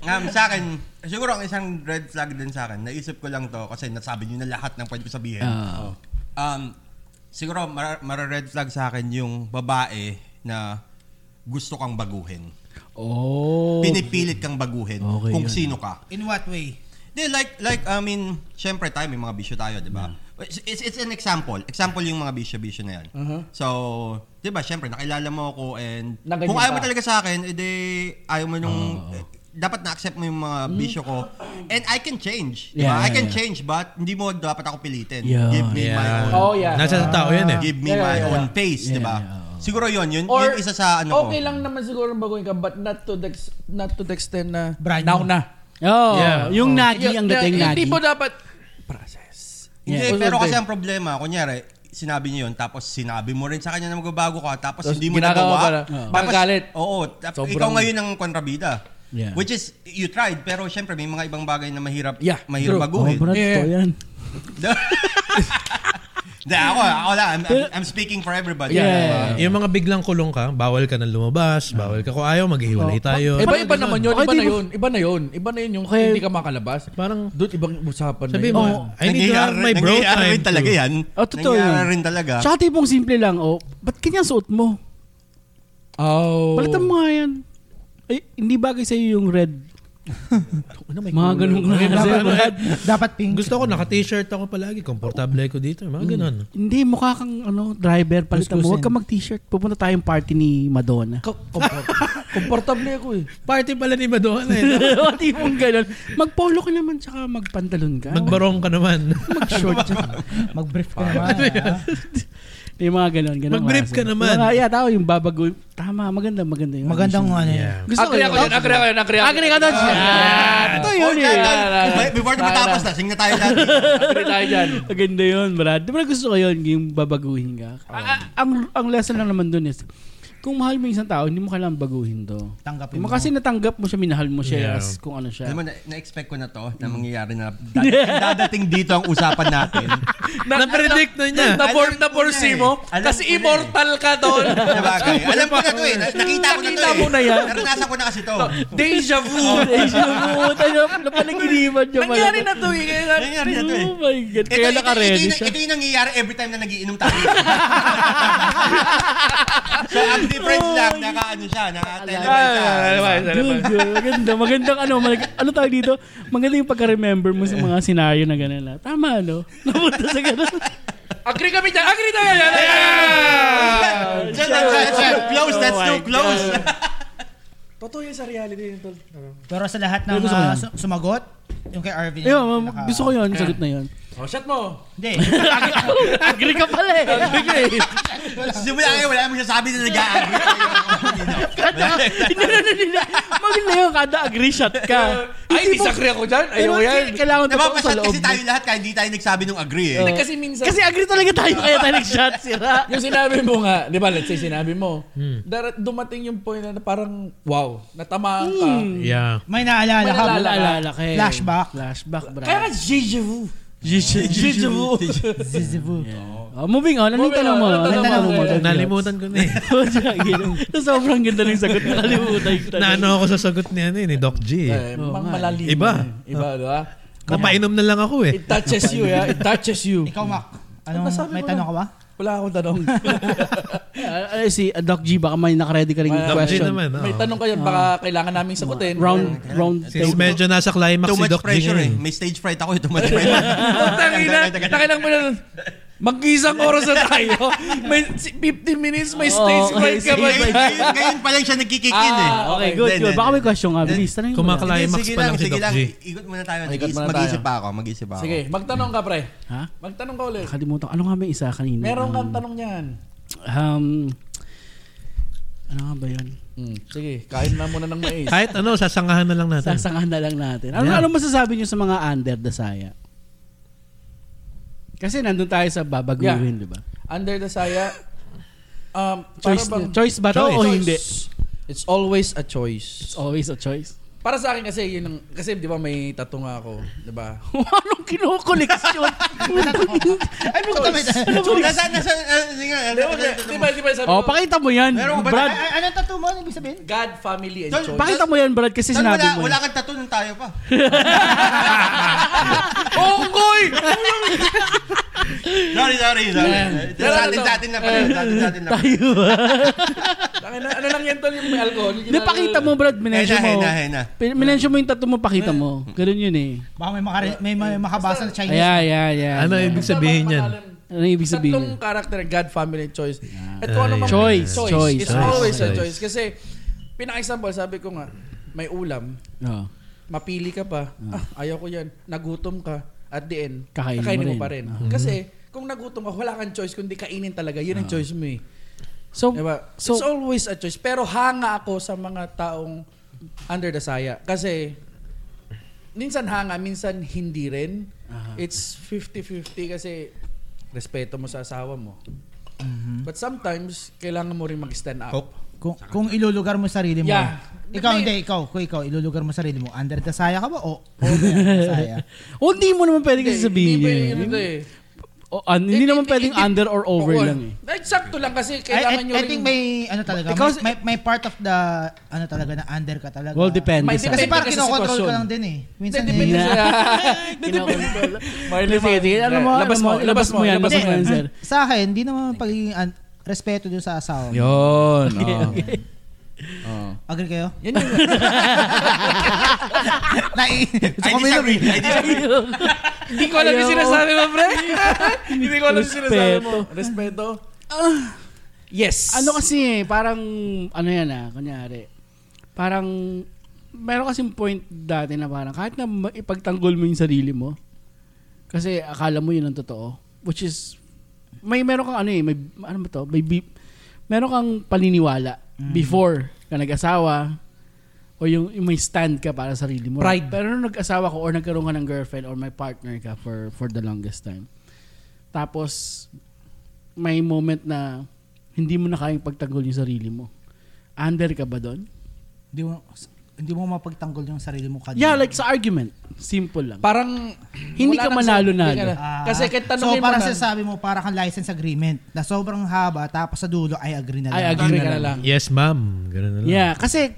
Um, sa akin, siguro ang isang red flag din sa akin, naisip ko lang to kasi nasabi nyo na lahat ng pwede ko sabihin. Ah. Um, siguro, mara, mara red flag sa akin yung babae na gusto kang baguhin. Oh. Pinipilit kang baguhin Okay, kung yun. sino ka. In what way? Di, like, like, I mean, syempre tayo, may mga bisyo tayo, di Mm. ba? It's, it's, it's an example. Example yung mga bisyo-bisyo na yan. Mm-hmm. So, di ba, syempre, nakilala mo ako and Na ganyan kung ayaw mo ka. talaga sa akin, edi ayaw mo nung, eh, dapat na-accept mo yung mga Mm. bisyo ko. And I can change. Di Yeah, ba? I yeah, can yeah. change, but hindi mo dapat ako pilitin. Yeah. Give me my own. Oh, yeah. Nasa sa tao yan eh. Give me Yeah, my yeah, own yeah. pace, di ba? Yeah, yeah, Siguro yun, yun, Or, yun isa sa ano okay ko. lang naman siguro ang baguhin ka, but not to the, ex- not to the extent na Brand now new. na. Oh, Yeah. yung nagi Yeah, ang dating yeah, nagi. Hindi po dapat process. Hindi, Yeah. pero Or- kasi ang problema, kunyari, sinabi niyo yun, tapos sinabi mo rin sa kanya na magbabago ka, tapos Tapos hindi mo ginagawa nagawa. pala. Oo. Parang galit. Oo, tap- Sobrang- ikaw ngayon ang kontrabida. Yeah. Which is, you tried, pero syempre may mga ibang bagay na mahirap, Yeah, mahirap true. baguhin. Brad, Yeah. Oh, to yan. Hindi, ako, ako lang, I'm, I'm- I'm speaking for everybody. Diba? Yeah. Yung mga biglang kulong ka, bawal ka nang lumabas, bawal ka. Kung ayaw, maghihiwalay tayo. Iba iba naman yun, Okay, iba di na ba- yun, iba na yun, iba na yun yung Okay. hindi ka makalabas. Parang, Doon ibang usapan na sabi yun. mo, Oo. I need to have Nangyayari- my bro nangyayari time. rin talaga too. yan. Oh, totoo yun. Nangyayari rin talaga. Tsaka tipong simple lang, oh, ba't kanya suot mo? Oh. Palitan mo nga yan. Ay, hindi bagay sa'yo yung red. Mga ganun ko Dapat, dapat pink. Gusto ko, naka-t-shirt ako palagi. Komportable ako dito. Mga ganun. Hindi, mukha kang ano, driver. Palitan mo. Huwag ka mag-t-shirt. Pupunta tayong party ni Madonna. Comfortable ako eh. Party pala ni Madonna eh. o, tipong ganun. Mag-polo ka naman, tsaka magpantalon ka. Magbarong ka naman. Mag-short, tsaka. Mag-brief ka naman. ah. Yung mga ganun. ganun Mag-brief mga- ka naman. Mga, yeah, tao, yung babago. Tama, maganda, maganda yun. Magandang ano Yeah. yan. Gusto ko Agree yun. ako yun, agree ako yun, agree ako. Agree ka doon. Ah, Ito Oh, yun yeah, eh. yeah, yeah, yeah. Before na Tara na. matapos na, sing na tayo lagi. Agree tayo dyan. Maganda yun, Brad. Di ba gusto ko yun, yung babaguhin ka? A- a- ang, ang lesson lang naman dun is, kung mahal mo yung isang tao, hindi mo kailangan baguhin to. Tanggapin mo. Kasi natanggap mo siya, minahal mo siya Yeah. as kung ano siya. Alam mo, na- na-expect ko na to, na mangyayari na dadating, dadating dito ang usapan natin. Na-predict na niya. Na for Alam na ko na foresee eh. mo Alam ko na kasi eh. immortal ka doon. Sabagay. Alam ko na to eh. Nakita ko na to Nakita eh. mo na yan. Naranasan ko na kasi to. Deja vu. Deja vu. Ano, napanaginiman niya pala. Nangyari na to eh. Kaya na- Nangyari na to eh. Oh my God. Ito, Kaya ito, ito, naka-ready ito, siya. ito yung nangyayari every time na nagiinom tayo. so, ang difference lang, naka ano siya, naka Ah, televised siya. alam mo, alam mo. Dude, dude, maganda. Magandang ano, mag- ano tawag dito? Maganda yung pagka-remember mo sa mga senaryo na gano'n. ah. Tama, ano? Napunta sa gano'n. Agree kami dyan. Agree tayo dyan. That's, that's too close, that's too close. Totoo yan sa reality nito. Pero sa lahat ng Gusto ko ah, yan. su- sumagot, yung kay Arvin. Ayun, yung ma- pinaka- gusto ko yun, sagot na yun. Oh, shot mo. Hindi. Agree ka pala eh. Simula kayo, wala mong sasabi na nag-agree. Hindi, hindi, hindi. Maganda yun, kada agree shot ka. Ay, disagree ako dyan. Ayaw ko yan. Kailangan totoo sa Napapasat loob. kasi tayo lahat kahit hindi tayo nagsabi nung agree eh. Hindi, Oh. Kasi minsan. Kasi agree talaga tayo, kaya tayo nag-shot sira. yung sinabi mo nga, di ba, let's say sinabi mo, dar- dumating yung point na parang, wow, natamaan ka. Yeah. May naalala ka. May naalala. ka eh. Flashback. Flashback, bro. Kaya nga, deja vu. Deja vu. Oh, moving on, ano yung Moving tanong on, mo? ano Ano yung tanong tanong mo? mo? Dad? Nalimutan ko na eh. So, Sobrang ganda ng sagot. Nakalimutan yung tanong. Naano ako sa sagot ni ano eh, ni Doc G. Eh, eh. mang malalim. Iba. eh. Iba, di ba? Kapainom na lang ako eh. It touches you, yeah. It touches you. Ano Ikaw, Mac. Anong, may tanong ka ba? Wala akong tanong. Uh, si uh, Doc G, baka may nakaredy ka rin May- Doc G question. naman. May oo. tanong kayo, baka kailangan namin sagutin. Round, round. Since medyo nasa climax Too si much Doc G pressure eh. ngayon. May stage fright ako eh. Too much pressure. Tangina, nakilang mo na nun. Mag-isang oras na tayo. May si- 15 minutes, may stage Oo, fright okay, ka ba? stage Ngayon- ngayon- Ngayon pa lang siya nagkikick Ah, in eh. Okay, good, Then, good. then, Baka may then. question ka. Bilis, tanongin mo. na. Kumakala- Climax Sige eh. pa lang si Doc G. Ikot muna tayo. Ikot muna tayo. Mag-isip pa ako. Mag-isip pa ako. Sige, magtanong ka, pre. Ha? Magtanong ka ulit. Nakalimutan. ko. Ano nga may isa kanina? Meron Um, kang tanong niyan. Um, ano nga ba yun? Mm. sige, kain na muna ng mais. Kahit ano, sasangahan na lang natin. Sasangahan na lang natin. Ano, Yeah. ano masasabi nyo sa mga under the saya? Kasi nandun tayo sa babaguhin, Yeah. di ba? Under the saya, um, para Choice, bang- choice ba to Choice. o hindi? It's always a choice. It's always a choice. Para sa akin kasi, yun ang, kasi di ba may tattoo nga ako, di ba? Anong kinukoleksyon? Ay, mo kami. Nasaan? Nasaan? ah, Sige nga. Di ba, di ba, di ba sabi oh, mo, pakita mo yan, Meron ko ba- Brad. Ano ang tattoo mo? Ano ibig sabihin? God, family, and Tol, choice. Pakita mo yan, Brad, kasi Tol, sinabi wala, mo. wala yan. kang tattoo nung tayo pa. Onggoy! Sorry, sorry, sorry. Ito Sa atin, sa atin na pala. Sa atin, sa atin na pala. Tayo. Tangina, ano lang yan tol, yung may alcohol. yung Hindi, pakita mo, Brad. Minensyo Hena, mo. hena, hena. Pin- Minensyo mo yung tattoo mo, pakita mo. Ganun yun eh. Baka may, makare- may, may makabasa na Chinese. Ayan, ayan, ayan. Ano ibig sabihin yan? Ano ibig Tatlong sabihin? character, God, family, and choice. At kung ano Ay. mang- Choice, choice, It's choice, always a choice. choice. Kasi, pinaka-example, sabi ko nga, may ulam, Oh. mapili ka pa, ah, ayaw ko yan, nagutom ka, at the end, Kakainin kakainin, mo mo, rin. Ah. Mm-hmm. pa rin. Kasi, kung nagutom ka, wala kang choice, kundi kainin talaga. Ah. Yun ang choice mo eh. So, Diba? Oh, so It's always a choice. Pero hanga ako sa mga taong under the saya. Kasi, minsan hanga, minsan hindi rin. Ah. It's 50-50 kasi respeto mo sa asawa mo. Mm-hmm. But sometimes, kailangan mo rin mag-stand up. Coke. Kung, kung ilulugar mo sarili mo. Yeah. Ikaw, May- hindi, ikaw. Kung ikaw, ilulugar mo sarili mo. Under the saya ka ba? O, o under the saya. O hindi mo naman pwede kasi Hindi, sabihin hindi yun. pwede yun, Hindi, eh. o, an- hindi Eh, naman eh, pwedeng eh, under or over Oo. lang eh. Eh, Sakto lang kasi I, kailangan I, nyo I rin. think may, ano talaga, Because- may, may, may part of the, ano talaga, na under ka talaga. Well, depende. May sa- Kasi Depende parang kasi sa kinokontrol sitwasyon. ka lang din eh. Hindi, Minsan depende eh. Yeah. sa... Sige, sige, ano mo, labas Labas mo, mo, labas mo yan, labas Hindi, mo yan, sir. sa akin, hindi naman pagiging un- respeto dun sa asawa. mo. Yun. oh. Oh. Agree kayo? Yan yung Nai, I disagree. I disagree. Hindi ko alam yung Ayaw. sinasabi mo, pre. Hindi ko alam yung sinasabi mo. Respeto. Respeto. yes. Ah. Ano kasi eh, parang, ano yan ah, kunyari. Parang, meron kasing point dati na parang, kahit na ma- ipagtanggol mo yung sarili mo, kasi akala mo yun ang totoo, which is, may meron kang ano eh, may, ano ba to, may, bi- meron kang paniniwala Mm. before ka nag-asawa, o yung, yung may stand ka para sa sarili mo. Pride. Pero nung nag-asawa ko, or nagkaroon ka ng girlfriend, or may partner ka for, for the longest time. Tapos, may moment na hindi mo na kayang pagtanggol yung sarili mo. Under ka ba doon? Hindi mo, hindi mo mapagtanggol yung sarili mo kanina. Yeah, like sa argument. Simple lang. Parang Hindi ka wala nang- manalo-nalo. Hindi ka na- Ah. Kasi kahit so, tanungin mo parang na, sinasabi mo, para kang license agreement na sobrang haba tapos sa dulo, ay agree na lang. I agree na agree ka na lang. lang. Yes, ma'am. Ganun na lang. Yeah, kasi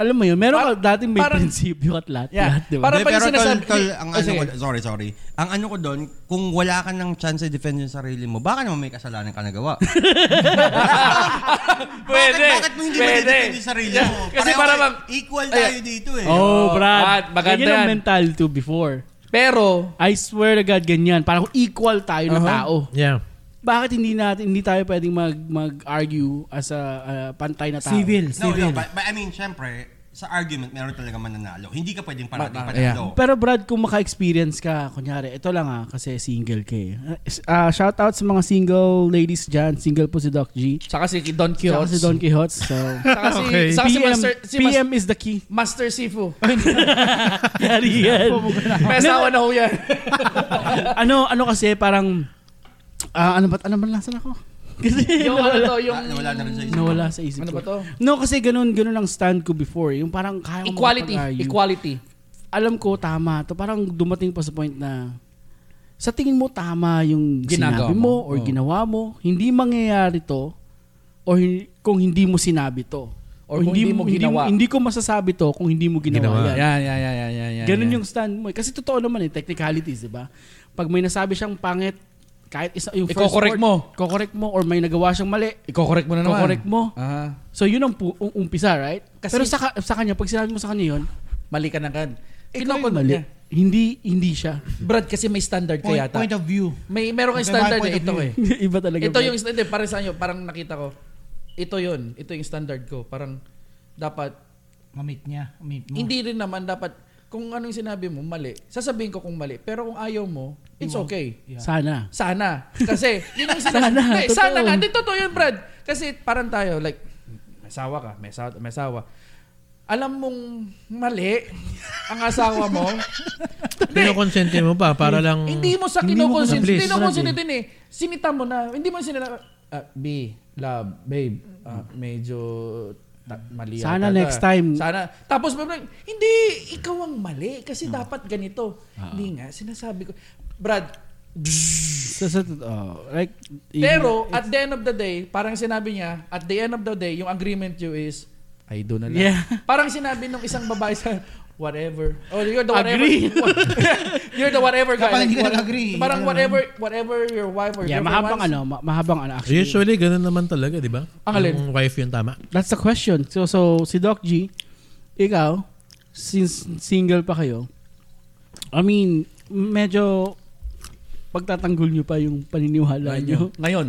alam mo yun, meron Par- ka dating may parang- prinsipyo at lahat. Yeah. lahat di ba? Parang Hindi, pag pero tol, sinasabi- tol, ang Oh, ano sige. ko, sorry, sorry. Ang ano ko doon, kung wala ka ng chance to defend yung sarili mo, baka naman may kasalanan ka nagawa. Pwede. Bakit, bakit mo hindi Pwede. ma-defend yung sarili mo? Kasi Pareho para tayo- bang... Equal Ayan. tayo dito eh. oh, Ah, Brad. maganda ganyan ang yan. mental to before. Pero, I swear to God, ganyan. Parang equal tayo na Uh-huh. tao. Yeah. Bakit hindi natin hindi tayo pwedeng mag mag-argue as a uh, pantay na tao? Civil, No, no, civil. but, but I mean, syempre, sa argument, meron talaga mananalo. Hindi ka pwedeng parating Ma- panalo. Pero Brad, kung maka-experience ka, kunyari, ito lang ah, kasi single ka eh. Ah, shout out sa mga single ladies dyan. Single po si Doc G. saka si Don Tsaka Quixote. si Don Quixote. So, Saka si, Okay. saka si PM, Master, si Mas- PM is the key. Master Sifu. Yari yan. May asawa na ho yan. ano, ano kasi parang, ah, ano ba, ano ba nasan ako? Kasi yung ano nawala, to, yung... Ah, Nawala na rin sa isip. ko. nawala sa isip ko. Ano ba to? No, kasi ganun, ganun ang stand ko before. Yung parang kaya ko Equality. makapag-argue. Equality. alam ko tama to parang dumating pa sa point na sa tingin mo tama yung sinabi Ginagawa mo, mo. Oh. or Oo. ginawa mo hindi mangyayari to or hin- kung hindi mo sinabi to Or kung hindi mo ginawa. hindi, ko masasabi to kung hindi mo ginawa, yan Ah. Ginawa. Yan, yan, yan, yan, yan. ganun yung stand mo eh. kasi totoo naman eh technicalities di ba pag may nasabi siyang pangit kahit isa yung first word, Iko-correct mo. Iko-correct mo or may nagawa siyang mali. Iko-correct mo na naman. Iko-correct mo. Ah, So yun ang pu- ang umpisa, right? Kasi- Pero sa, ka- sa kanya, pag sinabi mo sa kanya yun, mali ka na kan. ikaw Ikaw ang yun mali. niya. Hindi, hindi siya. Brad, kasi may standard Point, kaya ta. point of view. May meron kang Okay, standard point eh, of ito view. eh. Iba talaga. Ito yung standard, para sa inyo, parang nakita ko. Ito yun, ito yung standard ko. Parang dapat, Mamit niya. Mamit mo. hindi rin naman dapat, kung anong sinabi mo, mali. Sasabihin ko kung mali. Pero kung ayaw mo, it's Hmm. okay. Sana. Sana. Kasi, yun yung sinasabi. Sana, Hindi, totoo. sana nga. Hindi, totoo yun, Brad. Kasi parang tayo, like, may asawa ka, may asawa, may asawa. Alam mong mali ang asawa mo. Kinokonsente mo pa para lang... hindi mo sa Hindi mo kinokonsent. kinokonsent. Hindi mo kinokonsent din eh. Sinita mo na. Hindi mo sinila. Ah, B, love, babe, ah, medyo ta- mali Sana yata. next time. Sana. Tapos, biglang, hindi, ikaw ang mali. Kasi dapat ganito. Hindi nga, sinasabi ko. Brad, Sa, sa, oh, like, pero at the end of the day, parang sinabi niya, at the end of the day, yung agreement you is, I do na lang. Yeah. Parang sinabi nung isang babae sa, whatever. Oh, you're the whatever. Agree. you're the whatever guy. Kapag hindi ka wala- nag-agree, Parang ano whatever, whatever your wife or yeah, girlfriend mahabang wants. ano, ma- mahabang ano actually. Usually, ganun naman talaga, di ba? Ang alin? Yung wife yung tama. That's the question. So, so si Doc G, ikaw, since single pa kayo, I mean, medyo pagtatanggol nyo pa yung paniniwala nyo. Ngayon.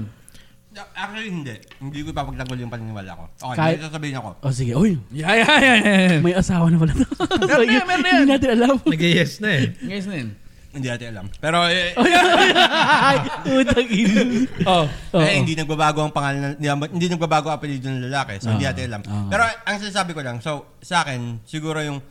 Actually, hindi. Hindi ko ipapagtanggol yung paniniwala ko. Okay, Kahit- may sasabihin ako. O oh, sige, uy, Yeah, yeah, yeah, yeah. may asawa na pala. Meron na yan, meron na yan. Hindi natin alam. Nag-yes na eh. Ngayon na yun. Hindi natin alam. Pero, eh, Oh, Ay, utang ina. Oh. Oo. eh, hindi nagbabago ang pangalan, ng- hindi, hindi nagbabago ang apelido ng lalaki. Ah, So, hindi natin alam. Pero, ang sinasabi ko lang, so, sa akin, siguro yung,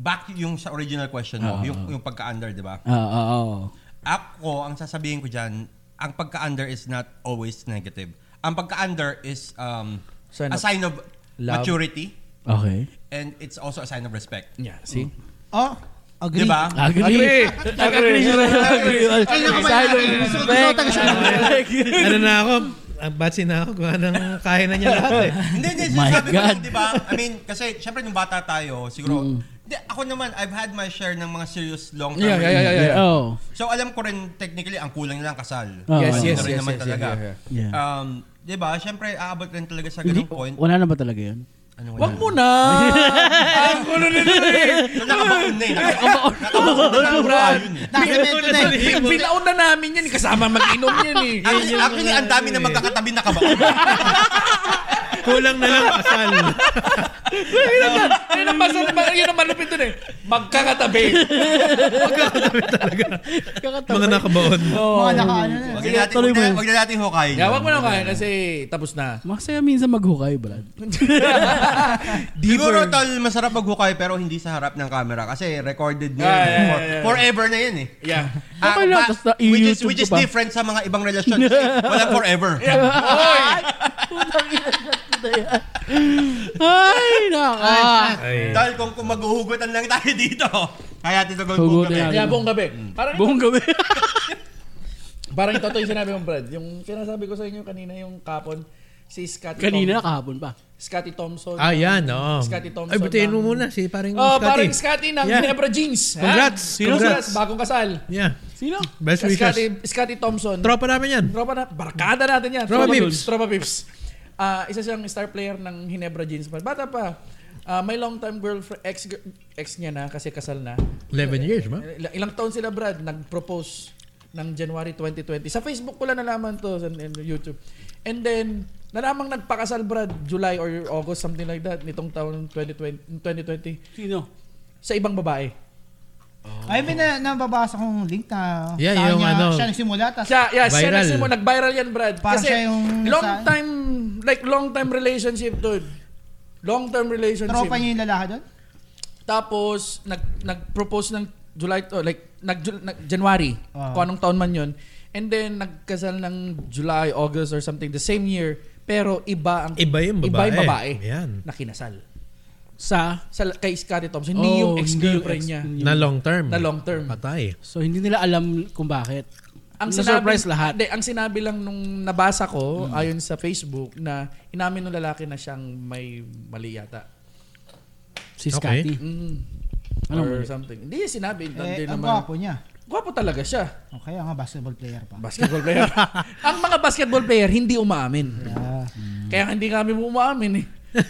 back yung sa original question Ah, mo, yung, yung pagka-under, di ba? Oo, oo, oo. Ako, ang sasabihin ko dyan, ang pagka-under is not always negative. Ang pagka-under is um, Sign a of sign of love. maturity Okay. and it's also a sign of respect. Yeah, see? Oh, agree. Di ba? Ah. Agree. Agree. Agree. Kailangan ba Side of yan? Gusto- gusto ko taga siya. respect. ano na ako, ang batsi na ako, gawa ng kaya na niya lahat eh. Hindi, hindi. My sinasabi ko God. lang, di ba? I mean, kasi syempre nung bata tayo, siguro, Hindi, ako naman, I've had my share ng mga serious long-term Mm. Yeah, yeah, yeah, yeah, yeah. Oh. So alam ko rin technically ang kulang lang kasal. Ah, Yes, ah, yes, Ano rin yes, naman yes, talaga. yeah, yeah, yeah. Yeah. Um, 'di ba? Syempre aabot rin talaga sa Hindi, ganung point. wala na ba talaga yun? Ano Wag mo na! Ang gulo nito eh! So, nakabaon na eh. Nakabaon. Nakabaon na Brad. yun eh. Nasemento na eh. Bilaon na namin yan. Kasama mag-inom yan eh. Actually, actually, ang dami na magkakatabi nakabaon. Kulang na lang kasal. Yun ang masal, ma- yun ang malupit dun eh. Magkakatabi. Mga nakabaon. Oh. Mga nakaano na. Wag Sige, na natin, tuloy wag na, mo. wag na natin hukayin. Kaya wag mo na kaya kasi tapos na. Masaya minsan maghukay, Brad. Siguro tol, masarap maghukay pero hindi sa harap ng camera kasi recorded niya. Ah, yeah, For- yeah, yeah. Forever na 'yun eh. Yeah. Ah, Okay lang, ba- tas na- which is, i-YouTube which ko is pa. different sa mga ibang relasyon. Kasi Walang forever. Ay, naka. Dahil kung, kung maghuhugutan lang tayo dito, kaya natin gawin Hugutan buong gabi. natin. Kaya buong gabi. Parang, Buong gabi. parang ito to yung sinabi mo, Brad. Yung sinasabi ko sa inyo kanina yung kapon, si Scotty Kanina, Tom, kahapon pa. Scotty Thompson. Ah, yan, oo. Scotty Thompson Ay, bitayin mo ng- muna si paring Oh, Scotty. parang Scotty ng Yeah. Ginebra Jeans. Ha? Congrats, Sino congrats. congrats. Bagong kasal. Yeah. Sino? Best Scotty, wishes. Scotty Thompson. Tropa namin yan. Tropa na, barkada natin yan. Tropa Pips. Tropa Pips. Ah, isa siyang star player ng Ginebra Jeans. Bata pa. Ah, may long time girlfriend, ex, ex niya na kasi kasal na. 11 years, ba? Ilang, Eh, ilang taon sila Brad nag-propose ng January 2020. Sa Facebook ko lang nalaman to sa and YouTube. And then, nalamang nagpakasal Brad July or August, something like that, nitong taon 2020, 2020 Sino? sa ibang babae. Ay, may na, nababasa kong link na Yeah, saan yung niya, ano. siya nagsimula. Tas, Siya, yeah, siya Viral. nagsimula, nag-viral yan, Brad. Parang Kasi siya yung long sa- time, like long time relationship, dude. Long term relationship. tropa niya yung lalaki doon? Tapos nag nag-propose ng July oh, like nag, nag January, Ah. kung anong taon man 'yon. And then nagkasal ng July, August or something the same year, pero iba ang Iba yung babae. Iba yung babae Yan. na kinasal. Sa? Sa kay Scottie Thompson, hindi Oh, yung ex-girlfriend niya Na long term. na long term. Patay. So, hindi nila alam kung bakit. Ang sinabi, surprise lahat. Hindi, ang sinabi lang nung nabasa ko ayon sa Facebook na inamin ng lalaki na siyang may mali yata. Si Okay. Scotty. Mm. Anong or mali? something. Hindi, sinabi. Eh, hindi ang naman- gwapo niya. Gwapo talaga siya. O, kaya nga basketball player pa. Basketball player. Ang mga basketball player hindi umaamin. Ah, Kaya hindi kami umaamin eh.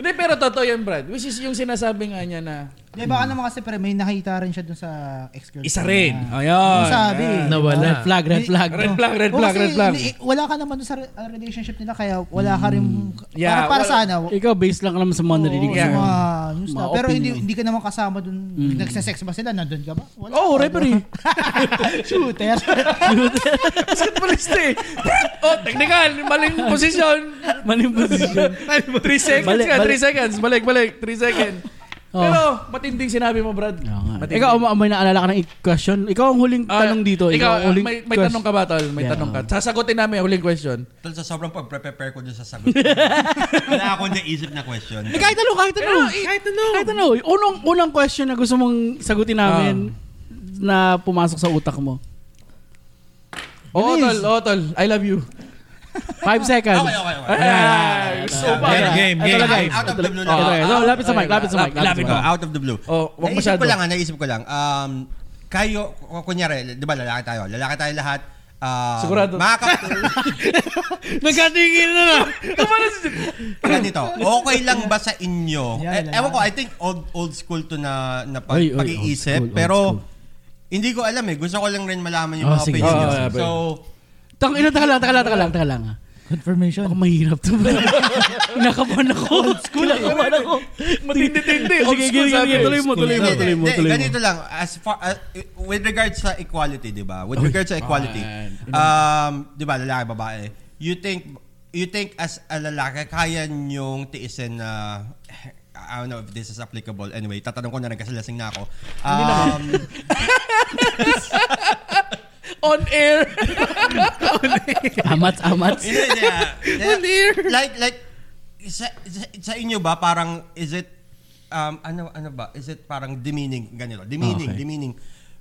hindi, pero totoo yan, Brad. Which is yung sinasabi nga niya na Di ba ano mga kasi pre, may nakita rin siya dun sa ex-girlfriend. Hmm. isa rin. niya. Ah. Ayun. Yung sabi. Nawala. Red flag, red flag. Red flag, red O, flag, kasi red flag. hindi- wala ka naman dun sa re- ah, relationship nila kaya wala ka rin Hmm. Yeah, parang para wala- sa ano. Ikaw, based lang naman sa mga narinig Oo, ko. sa Yeah. mga news na. Mga Pero hindi opinion. Hmm. hindi ka naman kasama dun. Nagsasex ba sila? Nandun ka ba? Wala. Oh, referee. Shooter. Basketballista eh. oh, technical. Maling posisyon. Maling position. 3 seconds Balik, ka, 3 balik. seconds. Balik, balik. 3 seconds. Oh. Pero matinding sinabi mo, Brad. Matinding. Ikaw, um, may naalala ka ng question. Ikaw ang huling Ah, tanong dito. Ikaw, Ikaw, ang huling may, may tanong ka ba, Tol? May Yeah. tanong ka. Sasagutin namin ang huling question. Tol, sa sobrang pag-prepare ko dun sa sagot. Wala akong naisip na question. Eh, Kahit tanong, kahit tanong. eh, Kahit tanong. Kahit tanong. Unang, unang question na gusto mong sagutin namin Ah. na pumasok sa utak mo. Oo, Tol. Oo, Tol. I love you. Five seconds. Okay, okay, okay. Ay, so Game, bad. game, game. Out, Ah, out of the blue lang. Ito, ito, ito, lapit sa mic, lapit sa mic. Lapit sa Oh, mic. out of the blue. Oh, wag naisip masyado. ko lang, ah, naisip ko lang. Um, kayo, k- kunyari, di ba lalaki tayo? Lalaki tayo lahat. Um, Sigurado. Makaka- Nagkatingin na na. ganito, okay lang ba sa inyo? Yan, Eh, yan. ewan ko, I think old old school to na, na pag, Oy, oy, pag-iisip. old school, old pero, school. hindi ko alam eh. Gusto ko lang rin malaman yung Oh, mga sige, opinion sige, nyo. sige. So, ah, Tang ina, taka lang, taka lang, taka lang, taka lang. ah. Confirmation. Baka mahirap to. Nakabahan ako. Old school. Nakabahan ako. Matindi-tindi. Old Sige, school sige, sabi. sige. Tuloy mo, tuloy mo, hindi, tuloy mo, hindi, tuloy mo. ganito lang. As far, uh, with regards sa equality, di ba? With regards sa equality, um, di ba, lalaki, babae, you think, you think as a lalaki, kaya nyong tiisin na, I don't know if this is applicable. Anyway, tatanong ko na rin kasi lasing na ako. Um, On air. Amat, amat. Hindi, hindi, ah. Like, like, sa, sa, sa inyo ba, parang, is it, um, ano, ano ba, is it parang demeaning, ganito, demeaning, Okay. demeaning,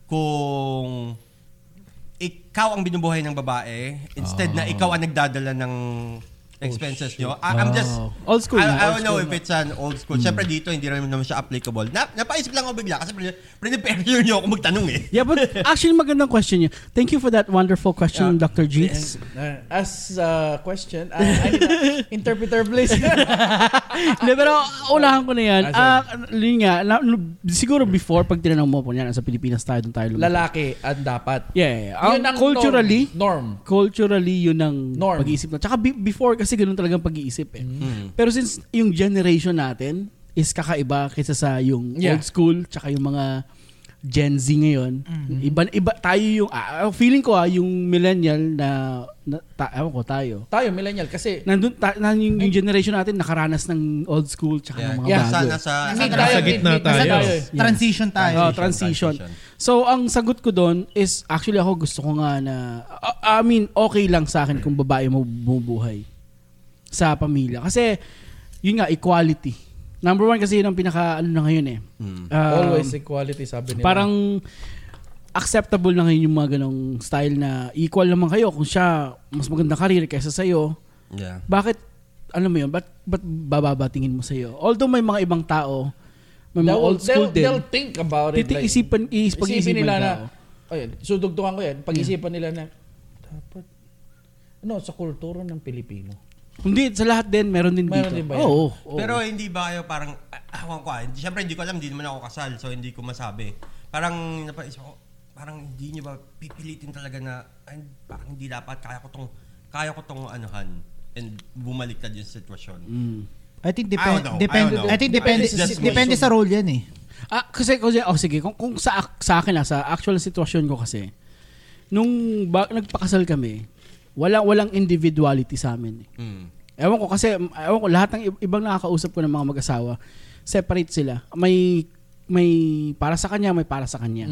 kung ikaw ang binubuhay ng babae, instead na ikaw ang nagdadala ng expenses nyo. I- I'm just, Oh, Ah, Old school na, I, Hmm. I old don't know if it's an old school. Siyempre dito, hindi rin naman siya applicable. Na, napaisip lang ako bigla kasi pre- prepare nyo ako magtanong eh. Yeah, but actually magandang question niya. Thank you for that wonderful question, Dr. Jeets. As uh, question, uh, I need a interpreter please. Hindi, pero unahan ko na yan. Ah, yun nga, na- siguro before, pag tinanong mo po yan, sa Pilipinas tayo, doon tayo lumaki. Lalaki ang dapat. Yeah, yeah. Ang Yun ang culturally, norm. Norm. culturally yun ang Norm. Mm-hmm. pag-iisip na. Tsaka be- before kasi ganun talagang pag-iisip eh. Pero since yung generation natin is kakaiba kaysa sa yung Yeah. old school tsaka yung mga Gen Z ngayon. Mm-hmm. Iba iba tayo yung ah, ah, feeling ko ah yung millennial na, na ta, ewan ko tayo. Tayo, millennial, kasi Nandun ta, na, yung, yung generation natin nakaranas ng old school tsaka ng mga Yeah, bago. sana sa, Hindi sana tayo, Nasa gitna hindi- nasa tayo. eh. Yeah. Transition tayo. Oh, transition. So, ang sagot ko doon is, actually ako gusto ko nga na, I- I mean, okay lang sa akin kung babae mo bumubuhay sa pamilya. Kasi, yun nga, equality. Number one kasi yun ang pinaka, ano na ngayon eh. Um, Always equality, sabi nila. Parang, acceptable na ngayon yung mga ganong style na equal naman kayo kung siya mas magandang karir kaysa sa'yo yeah. bakit alam mo yun, ba't, ba't bababatingin mo sa'yo? Although may mga ibang tao, may mga They'll- old school they'll, din, They'll think about it. like- titiisipan, is Isipin pag-iisipan nila ka. na, ayun, sudugtungan ko yan, Hmm. pag-isipan nila na, dapat, ano, sa kultura ng Pilipino. Hindi, sa lahat din, meron din Meron dito. din ba yan? Oo. oo. Pero hindi ba kayo parang, ah, ewan ko ah, hindi- syempre hindi ko alam, hindi naman ako kasal, so hindi ko masabi. Parang, napaisip ko, parang hindi nyo ba pipilitin talaga na, ay, parang hindi dapat, kaya ko tong, kaya ko tong anuhan and bumaliktad yung sitwasyon. Mm. I think I depend don't know. depend I don't know. I think depende It's just depende sa role 'yan eh. Ah, kasi, kasi oh, sige, kung, kung sa, ak- sa akin, ah, sa actual sitwasyon ko kasi, nung ba, nagpakasal kami, walang, walang individuality sa amin. eh. Mm. Ewan ko kasi, ewan ko, lahat ng i- ibang nakakausap ko ng mga mag-asawa, separate sila. May, may para sa kanya, may para sa kanya.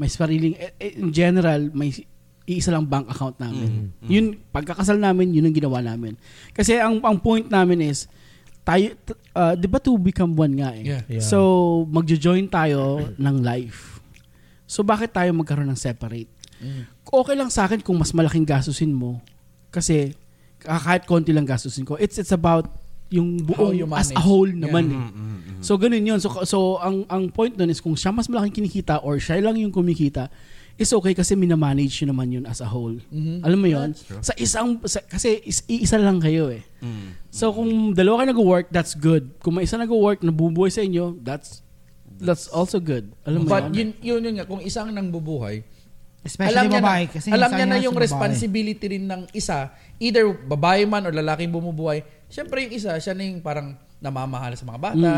May sariling, eh, eh, in general, may iisa lang bank account namin. Yun, pagkakasal namin, yun ang ginawa namin. Kasi ang, ang point namin is, tayo, t- uh, di ba two become one nga eh? Yeah. Yeah. So, magjo-join tayo ng life. So, bakit tayo magkaroon ng separate? Mm. Okay lang sa akin kung mas malaking gastusin mo kasi ah, kahit konti lang gastusin ko. It's it's about yung buong you as a manage. whole naman. eh. So ganun yun. So so ang ang point doon is kung siya mas malaking kinikita or siya lang yung kumikita, is okay kasi minamanage yun naman yun as a whole. Mm-hmm. Alam mo yun? Sa isang sa- kasi is, iisa lang kayo eh. So kung dalawa kayo nag-work, that's good. Kung may isa nag-work nabubuhay sa inyo, that's that's also good. Alam mo But yun? yun, yun, yun nga, kung isang nang bubuhay, Especially alam niya babae. na, kasi alam sa kanya, niya na sa yung babae. responsibility rin ng isa, either babae man o lalaking bumubuhay, syempre yung isa, siya na yung parang namamahal sa mga bata,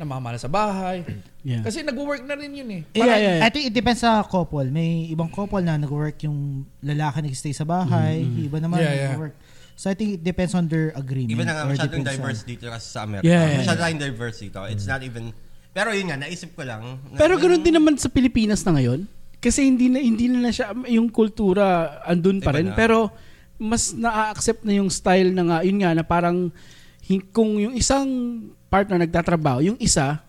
namamahal sa bahay. Yeah. Kasi nag-work na rin yun eh. Yeah, Yeah, yeah, yeah. I think it depends sa couple. May ibang couple na nag-work yung lalaki nag-stay sa bahay, Mm-hmm. yung iba naman Yeah, yeah. nag-work. So I think it depends on their agreement. Iba na nga, or masyadong depends diverse on- dito kasi sa Amerika. Yeah, yeah, masyadong diverse dito. It's not even... Pero yun nga, naisip ko lang. na- Pero ganun din naman sa Pilipinas na ngayon. Kasi hindi na hindi na, na siya yung kultura andun pa Iba rin na. pero mas na-accept na yung style na nga yun nga na parang hin- kung yung isang partner nagtatrabaho, yung isa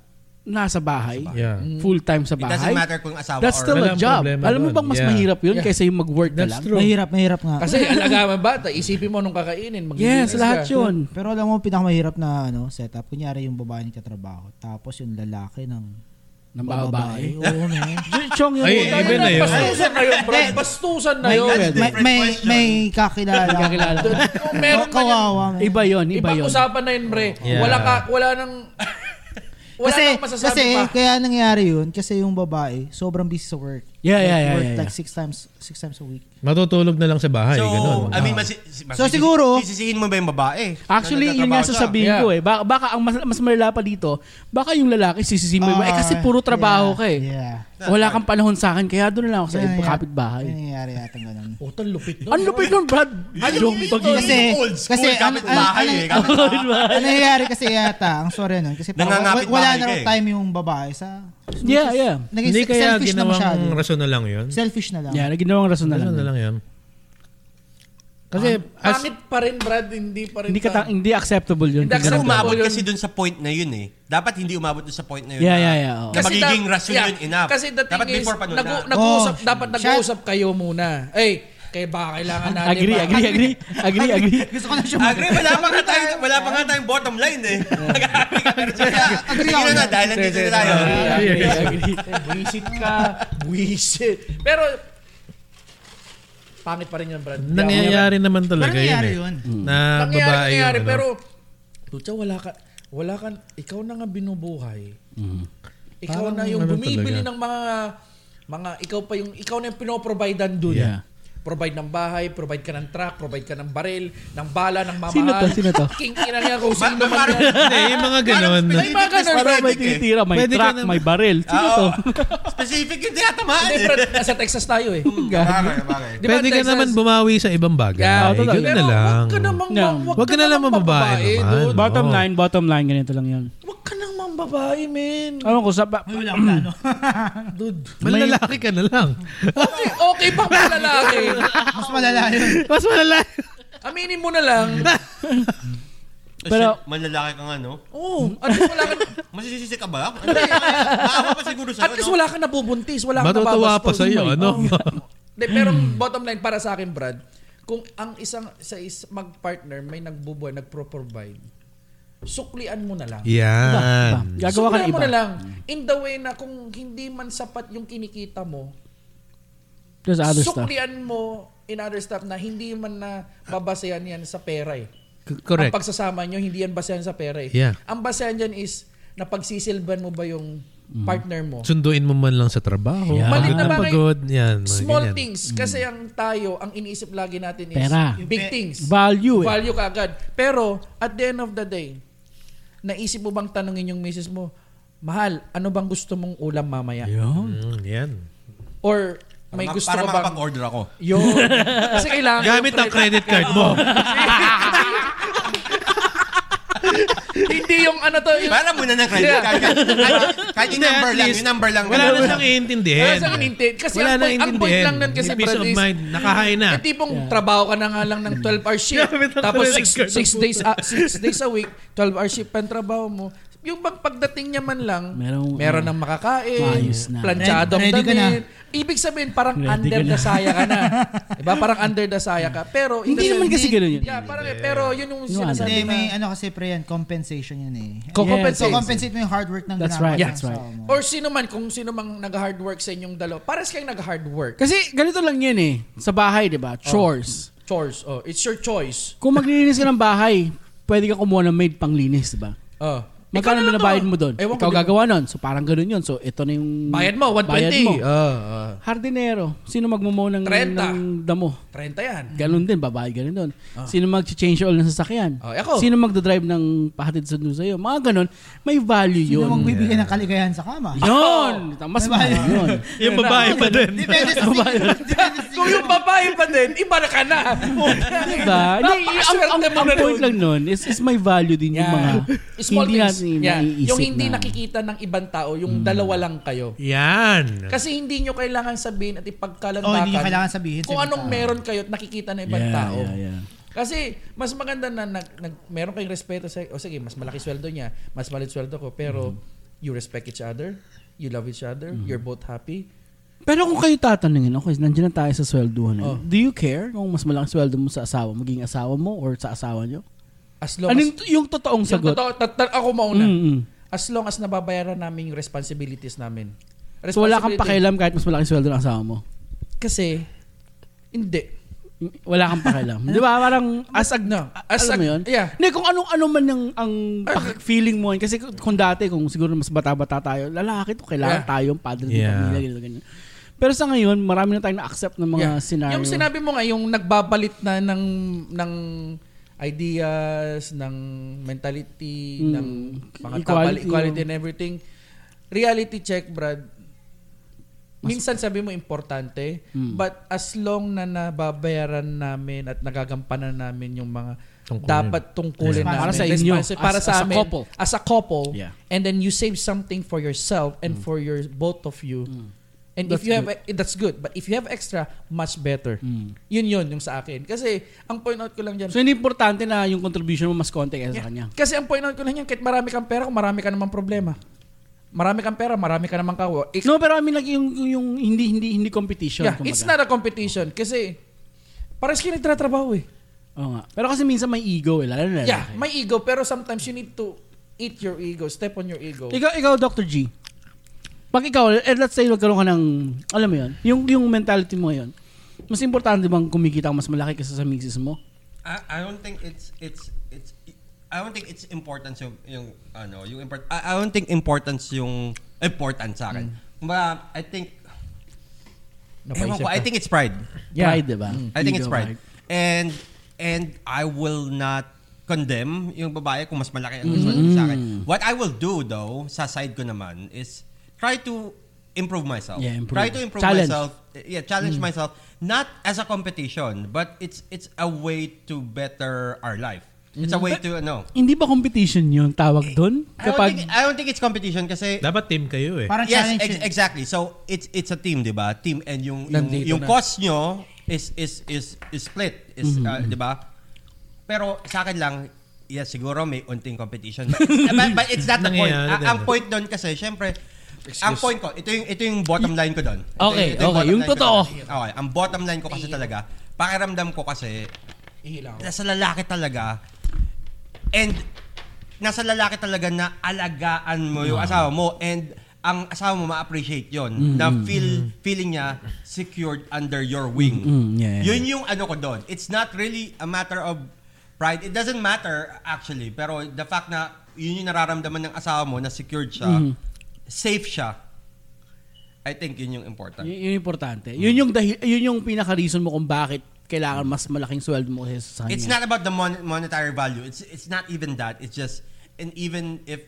nasa bahay, Yeah. full-time sa It doesn't bahay. matter kung asawa That's or... still a Mm. Walang job. problema Alam mo doon. bang mas Yeah. mahirap yun Yeah. kaysa yung mag-work na That's lang? true. Mahirap, mahirap nga. Kasi alagaman bata, isipin mo nung kakainin, mag Yes, lahat yun. Pero alam mo, pinakamahirap na ano, setup, kunyari yung babae nagtatrabaho, tapos yung lalaki ng Ng babae. Oo, man. Chong yun. Ay, iba na yun. Bastusan na yun, bro. Bastusan na may, yun. may, may, may kakilala. Kakilala ko. Kung meron man yan, Kawawa, eh. man. Iba yun, iba ibang yun. usapan na yun, bre. Yeah. Wala ka, wala nang... wala kasi, nang masasabi kasi pa. kaya nangyari yun, kasi yung babae, sobrang busy sa work. Yeah, yeah, yeah, Work yeah, like yeah. six times, six times a week. Matutulog na lang sa bahay, So, ganun. ah, I mean, masi, masi, So, siguro- Sisisihin mo ba yung babae? Ah. Actually, Na yun nga nagtatrabaho siya? sasabihin Yeah. ko eh. Baka, baka ang mas, mas malala pa dito, baka yung lalaki sisisihin mo. eh Ah, kasi puro trabaho yeah, ka eh. Yeah. Wala kang panahon sa akin, kaya doon na lang ako sa Yan, yeah, yan. kapitbahay. Yan nangyayari yata ganun. Puta, lupit nun. Ang lupit nun, Brad. Yun yung Joke ito, pag- Kasi- yun yung old school, kasi ano- kapit bahay ano- eh. Kapit Ang nangyayari kasi yata, ang sorry nun, kasi parang wa- Nangangapit wala bahay na ka raw eh. time yung babae sa... Yeah, yeah. Naging Hindi se- kaya selfish na masyado. ginawang rason na lang yun? Selfish na lang. Yeah, na ginawang rason na lang. Rason Ah, na lang yun. Kasi, as, Pangit pa rin, Brad. Hindi pa rin. Hindi, ka ta- hindi acceptable yun. Hindi Kasi Ganun umabot daw. kasi dun sa point na yun eh. Dapat hindi umabot dun sa point na yun. Yeah, na- yeah, yeah, oo. Na magiging da- rason yeah, yun enough. Kasi the Dapat thing is, before pa nun nag, na. nag-uusap, Oh, dapat shit. nag-uusap kayo muna. Ay, kaya ba kailangan natin Agree, ba- agree, agree. Agree, agree. Gusto ko na siya. Agree, wala pa nga tayo, wala pa nga tayong bottom line eh. Agree ako na na, dyan. dahil nandito na tayo. Agree, agree. Buisit ka. Buisit. Pero, pangit pa rin yun, Brad. nangyayari naman Parang talaga yun. nangyayari Eh. yun. Na Nangyayari, babae yung nangyayari, ano. pero, Tutsa, wala ka, wala ka, ikaw na nga binubuhay. Ikaw Mm. Parang na yung ano bumibili talaga. ng mga, mga, ikaw pa yung, ikaw na yung pinoprovidean dun. Yeah. Provide ng bahay, provide ka ng truck, provide ka ng baril, ng bala, ng mamahal. Sino to? Sino to? King, ina niya kung sino Ma- man parang- yan. Hindi, yung mga ganun. May mga ganun, Parang Brad. may tinitira, may Pwede ka truck, naman. may baril. Sino Ah, Oo. to? Specific yung tinatamaan Hindi, eh. Brad, nasa Texas tayo eh. Gag. Bagay, bagay. Di ba, Hmm, Pwede ka Texas? naman bumawi sa ibang bagay. Yeah, totoo. Ganun na Pero lang. Huwag ka namang, Yeah. Huwag ka na lang mababae naman. dude. Bottom Oo. line, bottom line, ganito lang yun. Huwag ka nang mambabae, men. Ano ko, sa, ba- Dude. Malalaki ka na lang. Okay, okay pang malalaki. Mas malala oh. yun. Mas malalaki. Aminin mo na lang. Pero- Pero, Oh, malalaki ka nga, no? Oo. at least wala ka, Masisisi ka ba? Ano yun? Maawa pa siguro ano? sa'yo, at least no? wala ka nabubuntis. Wala ka ano? Matutuwa pa nababastos. sa'yo, ano? Hindi, pero ang bottom line para sa akin, Brad, kung ang isang sa is mag-partner may nagbubuhay, nagpro-provide, suklian mo na lang. Yan. gagawa ka ng Suklian mo iba. na lang. In the way na kung hindi man sapat yung kinikita mo, There's other stuff. suklian mo in other stuff na hindi man na babasehan yan sa pera eh. C- Ang Correct. pagsasama nyo, hindi yan basehan sa pera eh. Yeah. Ang basehan dyan is, napagsisilban mo ba yung Mm. partner mo? Sunduin mo man lang sa trabaho. Yeah. Pagod Malit na na bagay. pagod. Yan. mga Small ganyan. Mm. things. Kasi ang tayo, ang iniisip lagi natin is Pera. big things. Value eh. Value ka agad. Pero, at the end of the day, naisip mo bang tanungin yung misis mo, Mahal, ano bang gusto mong ulam mamaya? Mm, yan. Or Para may ma- gusto ka Para bang... makapag-order ako. Yo. Kasi kailangan... Gamit ang credit card mo. Hindi yung ano to. Yung, Para muna ng credit Yeah. card. Kahit- Kahit yung Hindi, number at lang, least, yung number lang. Wala na siyang Wala iintindihan. siyang intent. Kasi Wala ang, nang point, ang point intindihan. lang nun kasi, May peace Brad, of is, mind. Nakahain na. Yung Eh, tipong trabaho ka na nga lang ng 12 hour shift. Grabe, tapos nakakarinig 6 ka ng days, 6 days a week, 12 hour shift pa ang trabaho mo. yung pag pagdating niya man lang, Merong, meron ano, ng makakain, maayos na. planchado ang Ready- ready ka damit. Ibig sabihin, parang Ready under ka the na. saya ka na. diba? Parang under the saya ka. Pero, Hindi ito- naman kasi ganun yun. Yeah, parang, eh, pero yun yung Yung ano. Hindi, sinasabi may na. ano kasi pre yan, compensation yun eh. So Kukompensate. compensate mo yung hard work ng That's ginagawa right, mo that's sa right. asawa mo. Or sino man, kung sino mang nag-hard work sa inyong dalawa. Pares kayong nag-hard work. Kasi ganito lang yan eh. Sa bahay, di ba? Chores. Chores. Oh, it's your choice. Kung maglilinis ka ng bahay, pwede ka kumuha ng maid panglinis, di ba? Oh. Magkano Ikaw na lang binabayad to. mo doon? Ewan ko, Ikaw di ba? gagawa nun. So parang ganun yun. So ito na yung... Bayad mo, 120. Bayad mo. Oh, Hardinero. Sino magmumo ng, 30. ng damo? 30 yan. Ganun din, babae ganun doon. Sino mag-change oil ng sasakyan? Ah. Oh, ako. Sino magdadrive ng pahatid sa doon sa'yo? Mga ganun, may value yun. Yun ang magbibigay ng kaligayahan sa kama. Yun! Oh. Mas mahal yun. Yung babae pa din. Depende Ano sa depende sa Kung yung babae pa din, iba na ka na. diba? Hindi, ang, ang, Napakaswerte mo ang na point nun. lang nun is, is may value din yung Yan. mga Small hindi things. natin Yan. naiisip Yung hindi na. Hmm. nakikita ng ibang tao, yung dalawa lang kayo. Yan. Kasi hindi nyo kailangan sabihin at ipagkalantakan Oh, hindi nyo kailangan sabihin sa kung ibang anong tao. meron kayo at nakikita ng ibang Yeah, tao. yeah, yeah. Kasi mas maganda na nag, nag- meron kayong respeto sa, o sige, mas malaki sweldo niya, mas maliit sweldo ko, pero Hmm. you respect each other, you love each other, you're both happy. Pero kung kayo tatanungin, okay, nandiyan na tayo sa swelduhan. Oh. Do you care kung mas malaki sweldo mo sa asawa, maging asawa mo or sa asawa nyo? As long Anong as, t- yung totoong yung sagot? Hmm, totoo, tat- tat- ako mauna. Mm-mm. As long as nababayaran namin yung responsibilities namin. So wala kang Responsibility- pakialam kahit mas malaki sweldo ng asawa mo? Mm, Kasi, hindi. Wala kang pakialam. Di ba? Parang as ag... No. As As alam mo ag- yun? yeah. Hindi, kung anong-ano man ang, ang pak- feeling mo. yun. Kasi kung dati, kung siguro mas bata-bata tayo, lalaki to, kailangan Yeah. tayong padre ng Yeah. pamilya, ganito, ganyan. Pero sa ngayon, marami na tayong na-accept ng mga Yeah. scenario. Yung sinabi mo nga, yung nagbabalit na ng ng ideas, ng mentality, Mm. ng mga Equality, equality, equality no? and everything. Reality check, Brad. Minsan sabi mo importante, Mm. but as long na nababayaran namin at nagagampanan namin yung mga Tungkulin. dapat tungkulin Yeah. namin. Para sa inyo, responsi- para as- sa as a amin, couple. As a couple. Yeah. And then you save something for yourself Mm. and for your both of you. And if That's you have e, that's good, but if you have extra, much better. Yun yun yung sa akin. Kasi ang point out ko lang diyan. Hmm. So, hindi importante na yung contribution mo mas konti kaysa sa kanya. kasi ang point out ko lang yan, kahit marami kang pera, kung marami ka namang problema. Marami kang pera, marami ka namang kawa. It- No, pero I mean, like, yung, yung, yung hindi, hindi, hindi competition. yeah, it's kumbaga. not a competition kasi pares kayo nagtratrabaho eh. Oo nga. Pero kasi minsan may ego, eh. Lalo na. Yeah, may ego pero sometimes you need to eat your ego, step on your ego. Ikaw, ikaw, Dr. G. Pag ikaw, eh, let's say nagkaroon ka ng, alam mo yun, yung, yung mentality mo yun, mas importante bang kumikita ka mas malaki kaysa sa misis mo? I, I don't think it's it's it's I don't think it's importance yung yung ano yung import I, I don't think importance yung important sa akin. Mm. Kumbaga, I think Ewan Napaisip ko, I ka. think it's pride. Yeah. Pride, diba? I think it's Ego, pride. And and I will not condemn yung babae kung mas malaki ang gusto Mm. sa akin. What I will do though, sa side ko naman, is try to improve myself. Yeah, improve. Try to improve Challenge. Mm. myself. Yeah, challenge myself. Not as a competition, but it's it's a way to better our life. It's Mm. a way to ano. Hindi ba competition yun tawag doon? Eh, I don't, Kapag, think, I don't think it's competition kasi Dapat team kayo eh. Parang Yes, challenge ex- yun. exactly. So it's it's a team, 'di ba? Team and yung yung, Nandito yung na. Mm-hmm. cost nyo is is is, is split, is uh, 'di ba? Pero sa akin lang, yes, siguro may unting competition. But, but, but it's not the point. ano Nangyayari Ang, din. ang point doon kasi, syempre, ang point ko, ito yung ito yung bottom line ko doon. Ito Okay, okay, ito bottom yung line ko totoo. doon. Okay, ang bottom line ko kasi talaga, pakiramdam ko kasi Ihila ako. nasa lalaki talaga and nasa lalaki talaga na alagaan mo yung asawa mo and ang asawa mo ma-appreciate yon na feel feeling niya secured under your wing. Mm, yeah, yeah, Yun yung ano ko doon. It's not really a matter of pride. It doesn't matter actually, pero the fact na yun yung nararamdaman ng asawa mo na secured siya, safe siya. I think yun yung important. y- yun importante. Yun yung, dahil, yun yung pinaka-reason mo kung bakit kailangan mas malaking sweldo mo kaysa sa kanya. It's not about the mon- monetary value. It's it's not even that. It's just and even if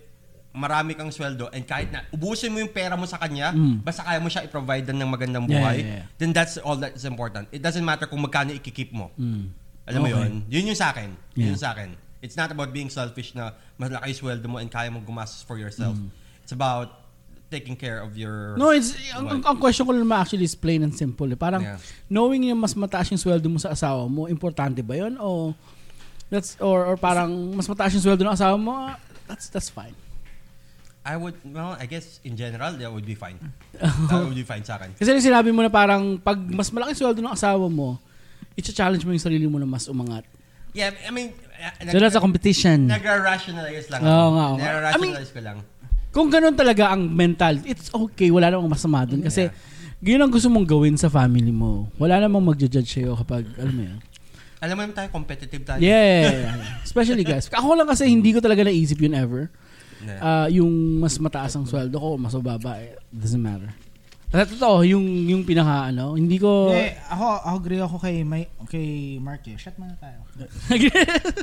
marami kang sweldo and kahit na ubusin mo yung pera mo sa kanya, basta kaya mo siya i-provide ng magandang Mm. Yeah, buhay, yeah, yeah. then that's all that's important. It doesn't matter kung magkano ikikip mo. Mm. Alam mo yun? Yun yung sa akin. Yun yung sa akin. It's not about being selfish na malaki yung sweldo mo and kaya mo gumastos for yourself. It's about taking care of your... Mm. No, it's, ang, ang, ang question ko naman actually is plain and simple. Eh. Parang Yeah. knowing yung mas mataas yung sweldo mo sa asawa mo, importante ba yun? O that's, or, or parang mas mataas yung sweldo ng asawa mo, ah, that's, that's fine. I would, well, I guess in general, that would be fine. that would be fine sa akin. Kasi yung sinabi mo na parang pag mas malaki sweldo ng asawa mo, i-challenge mo yung sarili mo na mas umangat. Yeah, I mean, uh, So that's a competition. Nagra-rationalize lang. Mm. Oo nga, oo nga. Nagra-rationalize ko lang. Kung ganun talaga ang mental, it's okay. Wala namang masama dun. Kasi yun ang gusto mong gawin sa family mo. Wala namang magja-judge sa'yo kapag, alam mo yun. Alam mo naman tayo, competitive tayo. Yeah. Especially guys. Ako lang kasi hindi ko talaga naisip yun ever. Yeah. Ah, yung mas mataas ang sweldo ko, mas mababa, eh, doesn't matter. At totoo, yung, yung pinaka ano, hindi oh. ko... Hindi, Eh, ako, ako agree ako kay, may, kay Mark eh. Shut muna tayo.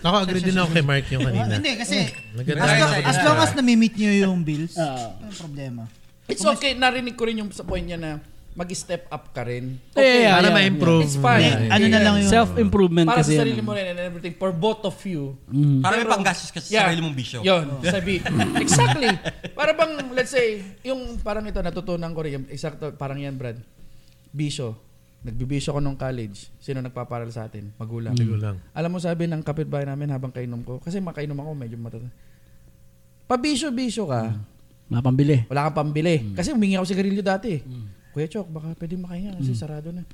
Ako, agree din ako kay Mark yung Ah, kanina. hindi, kasi Naganda as, ako long, dun as sa- long as nami-meet nyo yung bills, Ah. walang problema. It's okay. Narinig ko rin yung sa point niya na mag-step up ka rin. Yeah, yeah, Para yeah, ma-improve. It's fine. Yeah, Ano na lang yun? Self-improvement Para sa kasi. Hmm. sarili yan. mo rin and everything. For both of you. Para may panggastos ka sa Yeah. sarili mong bisyo. Oh. Yun, sabi. exactly. Para bang, let's say, yung parang ito, natutunan ko rin. Exacto, parang yan, Brad. Bisyo. Nagbibisyo ko nung college. Sino nagpaparal sa atin? Magulang. Magulang. Alam mo sabi ng kapitbahay namin habang kainom ko, kasi makainom ako, medyo matata. Pabisyo-bisyo ka, Mm. eh. Mapambili. wala kang pambili. Mm. Kasi humingi ako sigarilyo dati. Kuya Chok, baka pwede makahinga kasi Mm. sarado na.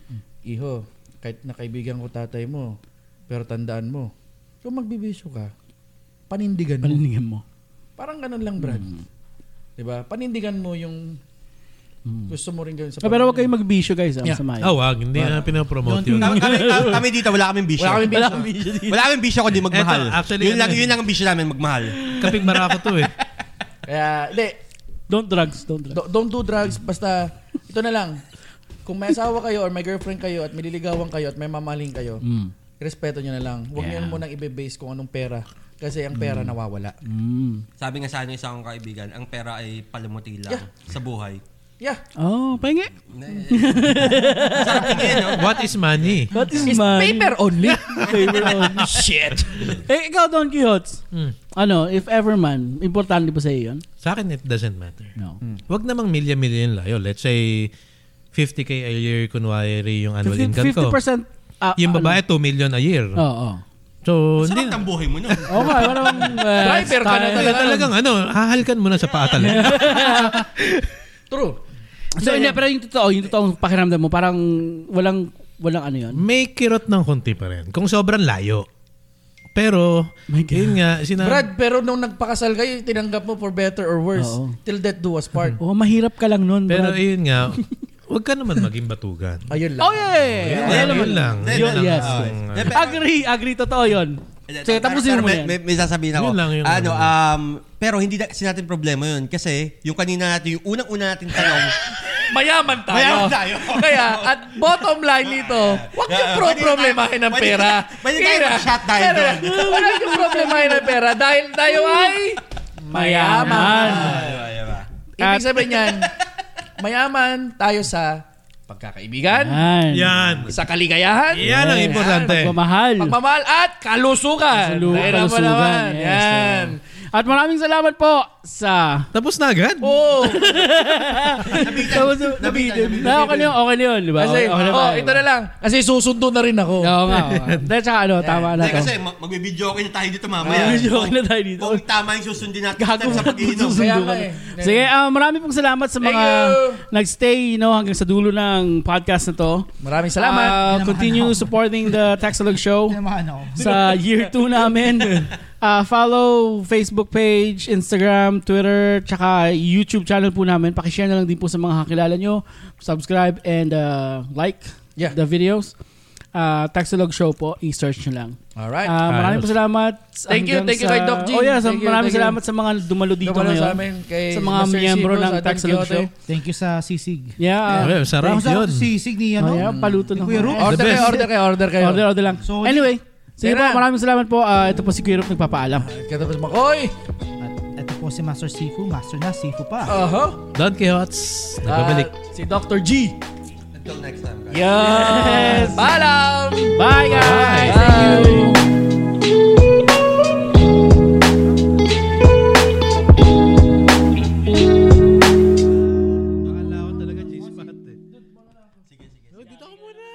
Iho, kahit nakaibigan ko tatay mo, pero tandaan mo, kung magbibisyo ka, panindigan mo. Panindigan mo. Parang ganun lang, Brad. Mm. 'Di ba? Panindigan mo yung gusto mo rin gawin sa Ah, pero huwag kayong magbisyo guys. Ang sama Oh, Ah, wag. Hindi na pinapromote yun. Kami, kami, kami dito, wala kaming bisyo. Wala kami bisyo. Wala kaming bisyo kundi magmahal. Eto, actually, yun, ano lang, eh. yun lang ang bisyo namin, magmahal. Kapig barako to eh. Kaya, hindi, Don't drugs, don't drugs. Do- don't do drugs. Basta, ito na lang. Kung may asawa kayo or may girlfriend kayo at mililigawan kayo at may mamaling kayo, Mm. respeto nyo na lang. Huwag nyo mo nang ibe-base kung anong pera. Kasi ang pera nawawala. Mm. Sabi nga sa akin isang kong kaibigan, ang pera ay palamuti lang Yeah. sa buhay. Yeah. Oh, pahingi. Sarap tingin, no? What is money? That is It's man. paper only. Paper only. Shit. eh, ikaw, Don Quixote. Hmm. Ano, if ever man, importante ba sa'yo yun? Sa akin, it doesn't matter. No. Wag namang milya-milya yung layo. Let's say, 50k a year, kunwari yung annual 50, income ko. 50% ah, ano? Yung babae, 2 million a year. Oo. Oh, oh. So, Sarap hindi na. ang buhay mo nun. Okay, parang... eh, Driver ka na style. Talaga, talagang ano, hahalkan mo na sa paa talaga. True. So, hindi, pero yung totoo, yung totoong pakiramdam mo, parang walang, walang ano yun. May kirot ng konti pa rin. Kung sobrang layo. Pero, My God. yun nga, sina... Brad, pero nung nagpakasal kayo, tinanggap mo for better or worse. Oo. Till death do us part. Oh, mahirap ka lang nun, pero eh, Brad. yun nga, wag ka naman maging batugan. Ayun lang. oh, yeah, yeah, yeah. Yun Ayan lang, naman. yun lang. Then, Yun lang. yes. ang- Then, pero- Agree, agree, totoo yun. Sige, Pero- tapusin pero mo may, yan. may, may sasabihin ako. Yun lang, yun lang. ano, um, pero hindi na, kasi natin problema yun. Kasi yung kanina natin, yung unang-una natin tanong, Mayaman tayo. Mayaman tayo. Kaya, at bottom line nito, huwag Yeah, niyo yeah. pro-problemahin ng Pwede pera. tayo- pwede tayo mag-shot tayo doon. Huwag niyo problemahin ng pera dahil tayo ay mayaman. Ayun, ayun, ayun. Ibig sabihin niyan, mayaman tayo sa pagkakaibigan, Yan. Yan. sa kaligayahan, Yan ang importante. Pagmamahal. pagmamahal at kalusugan. Kalu- Ayun ang kalusugan, malaman. yes. Yan. At maraming salamat po sa... Tapos na agad? Oh, Nabitin. Nabitin. Na, okay na yun, okay na yun, di ba? kasi, okay na ba? oh, ito na lang. Kasi susundo na rin ako. Oo nga. oo nga. Dahil tsaka ano, tama na Hindi, to. kasi ma- magbibidyo okay na tayo dito mamaya. Magbibidyo okay na tayo dito. Kung kung tama yung susundin natin Gago sa Kaya pag-iinom. susundo ka. nga eh. Sige, ah, marami pong salamat sa mga Thank you. nagstay no, hanggang sa dulo ng podcast na to. Maraming salamat. Ah, continue supporting the Taxalog Show. Tinamahan ako. sa year 2 namin. Uh, follow Facebook page, Instagram, Twitter, tsaka YouTube channel po namin. Pakishare na lang din po sa mga kakilala nyo. Subscribe and uh, like Yeah. the videos. Uh, Taxilog Show po, i-search nyo lang. Alright. Uh, maraming po salamat. Thank you, hanggang thank you sa- kay Doc G. Oh yeah, sa- Thank you, maraming thank you. salamat sa mga dumalo dito Dumalo ngayon. sa amin kay sa mga Mr. miyembro Sibos ng at Don Taxilog Quixote. Show. Thank you sa sisig. Yeah. ah, Yeah, sarap Tapos ako yun. sa sisig ni Oh, yeah, ano? paluto na. Kuya Ru. The Order kayo, best. order kayo, order kayo. Order, order lang. Solid. Anyway, sige Sige po, na. maraming salamat po. Ah, ito po si Kuya Rup nagpapaalam. Kaya tapos mag, oy! At ito po si Master Sifu. Master na, Sifu pa. Aha! Don Quixotes, nagbabalik. Uh-huh. Ah, si Dr. G. Until next time, guys. Yes! Paalam! Bye guys! Bye. Thank you! Akala ko talaga G-spot eh. Sige, sige. Dito ka muna.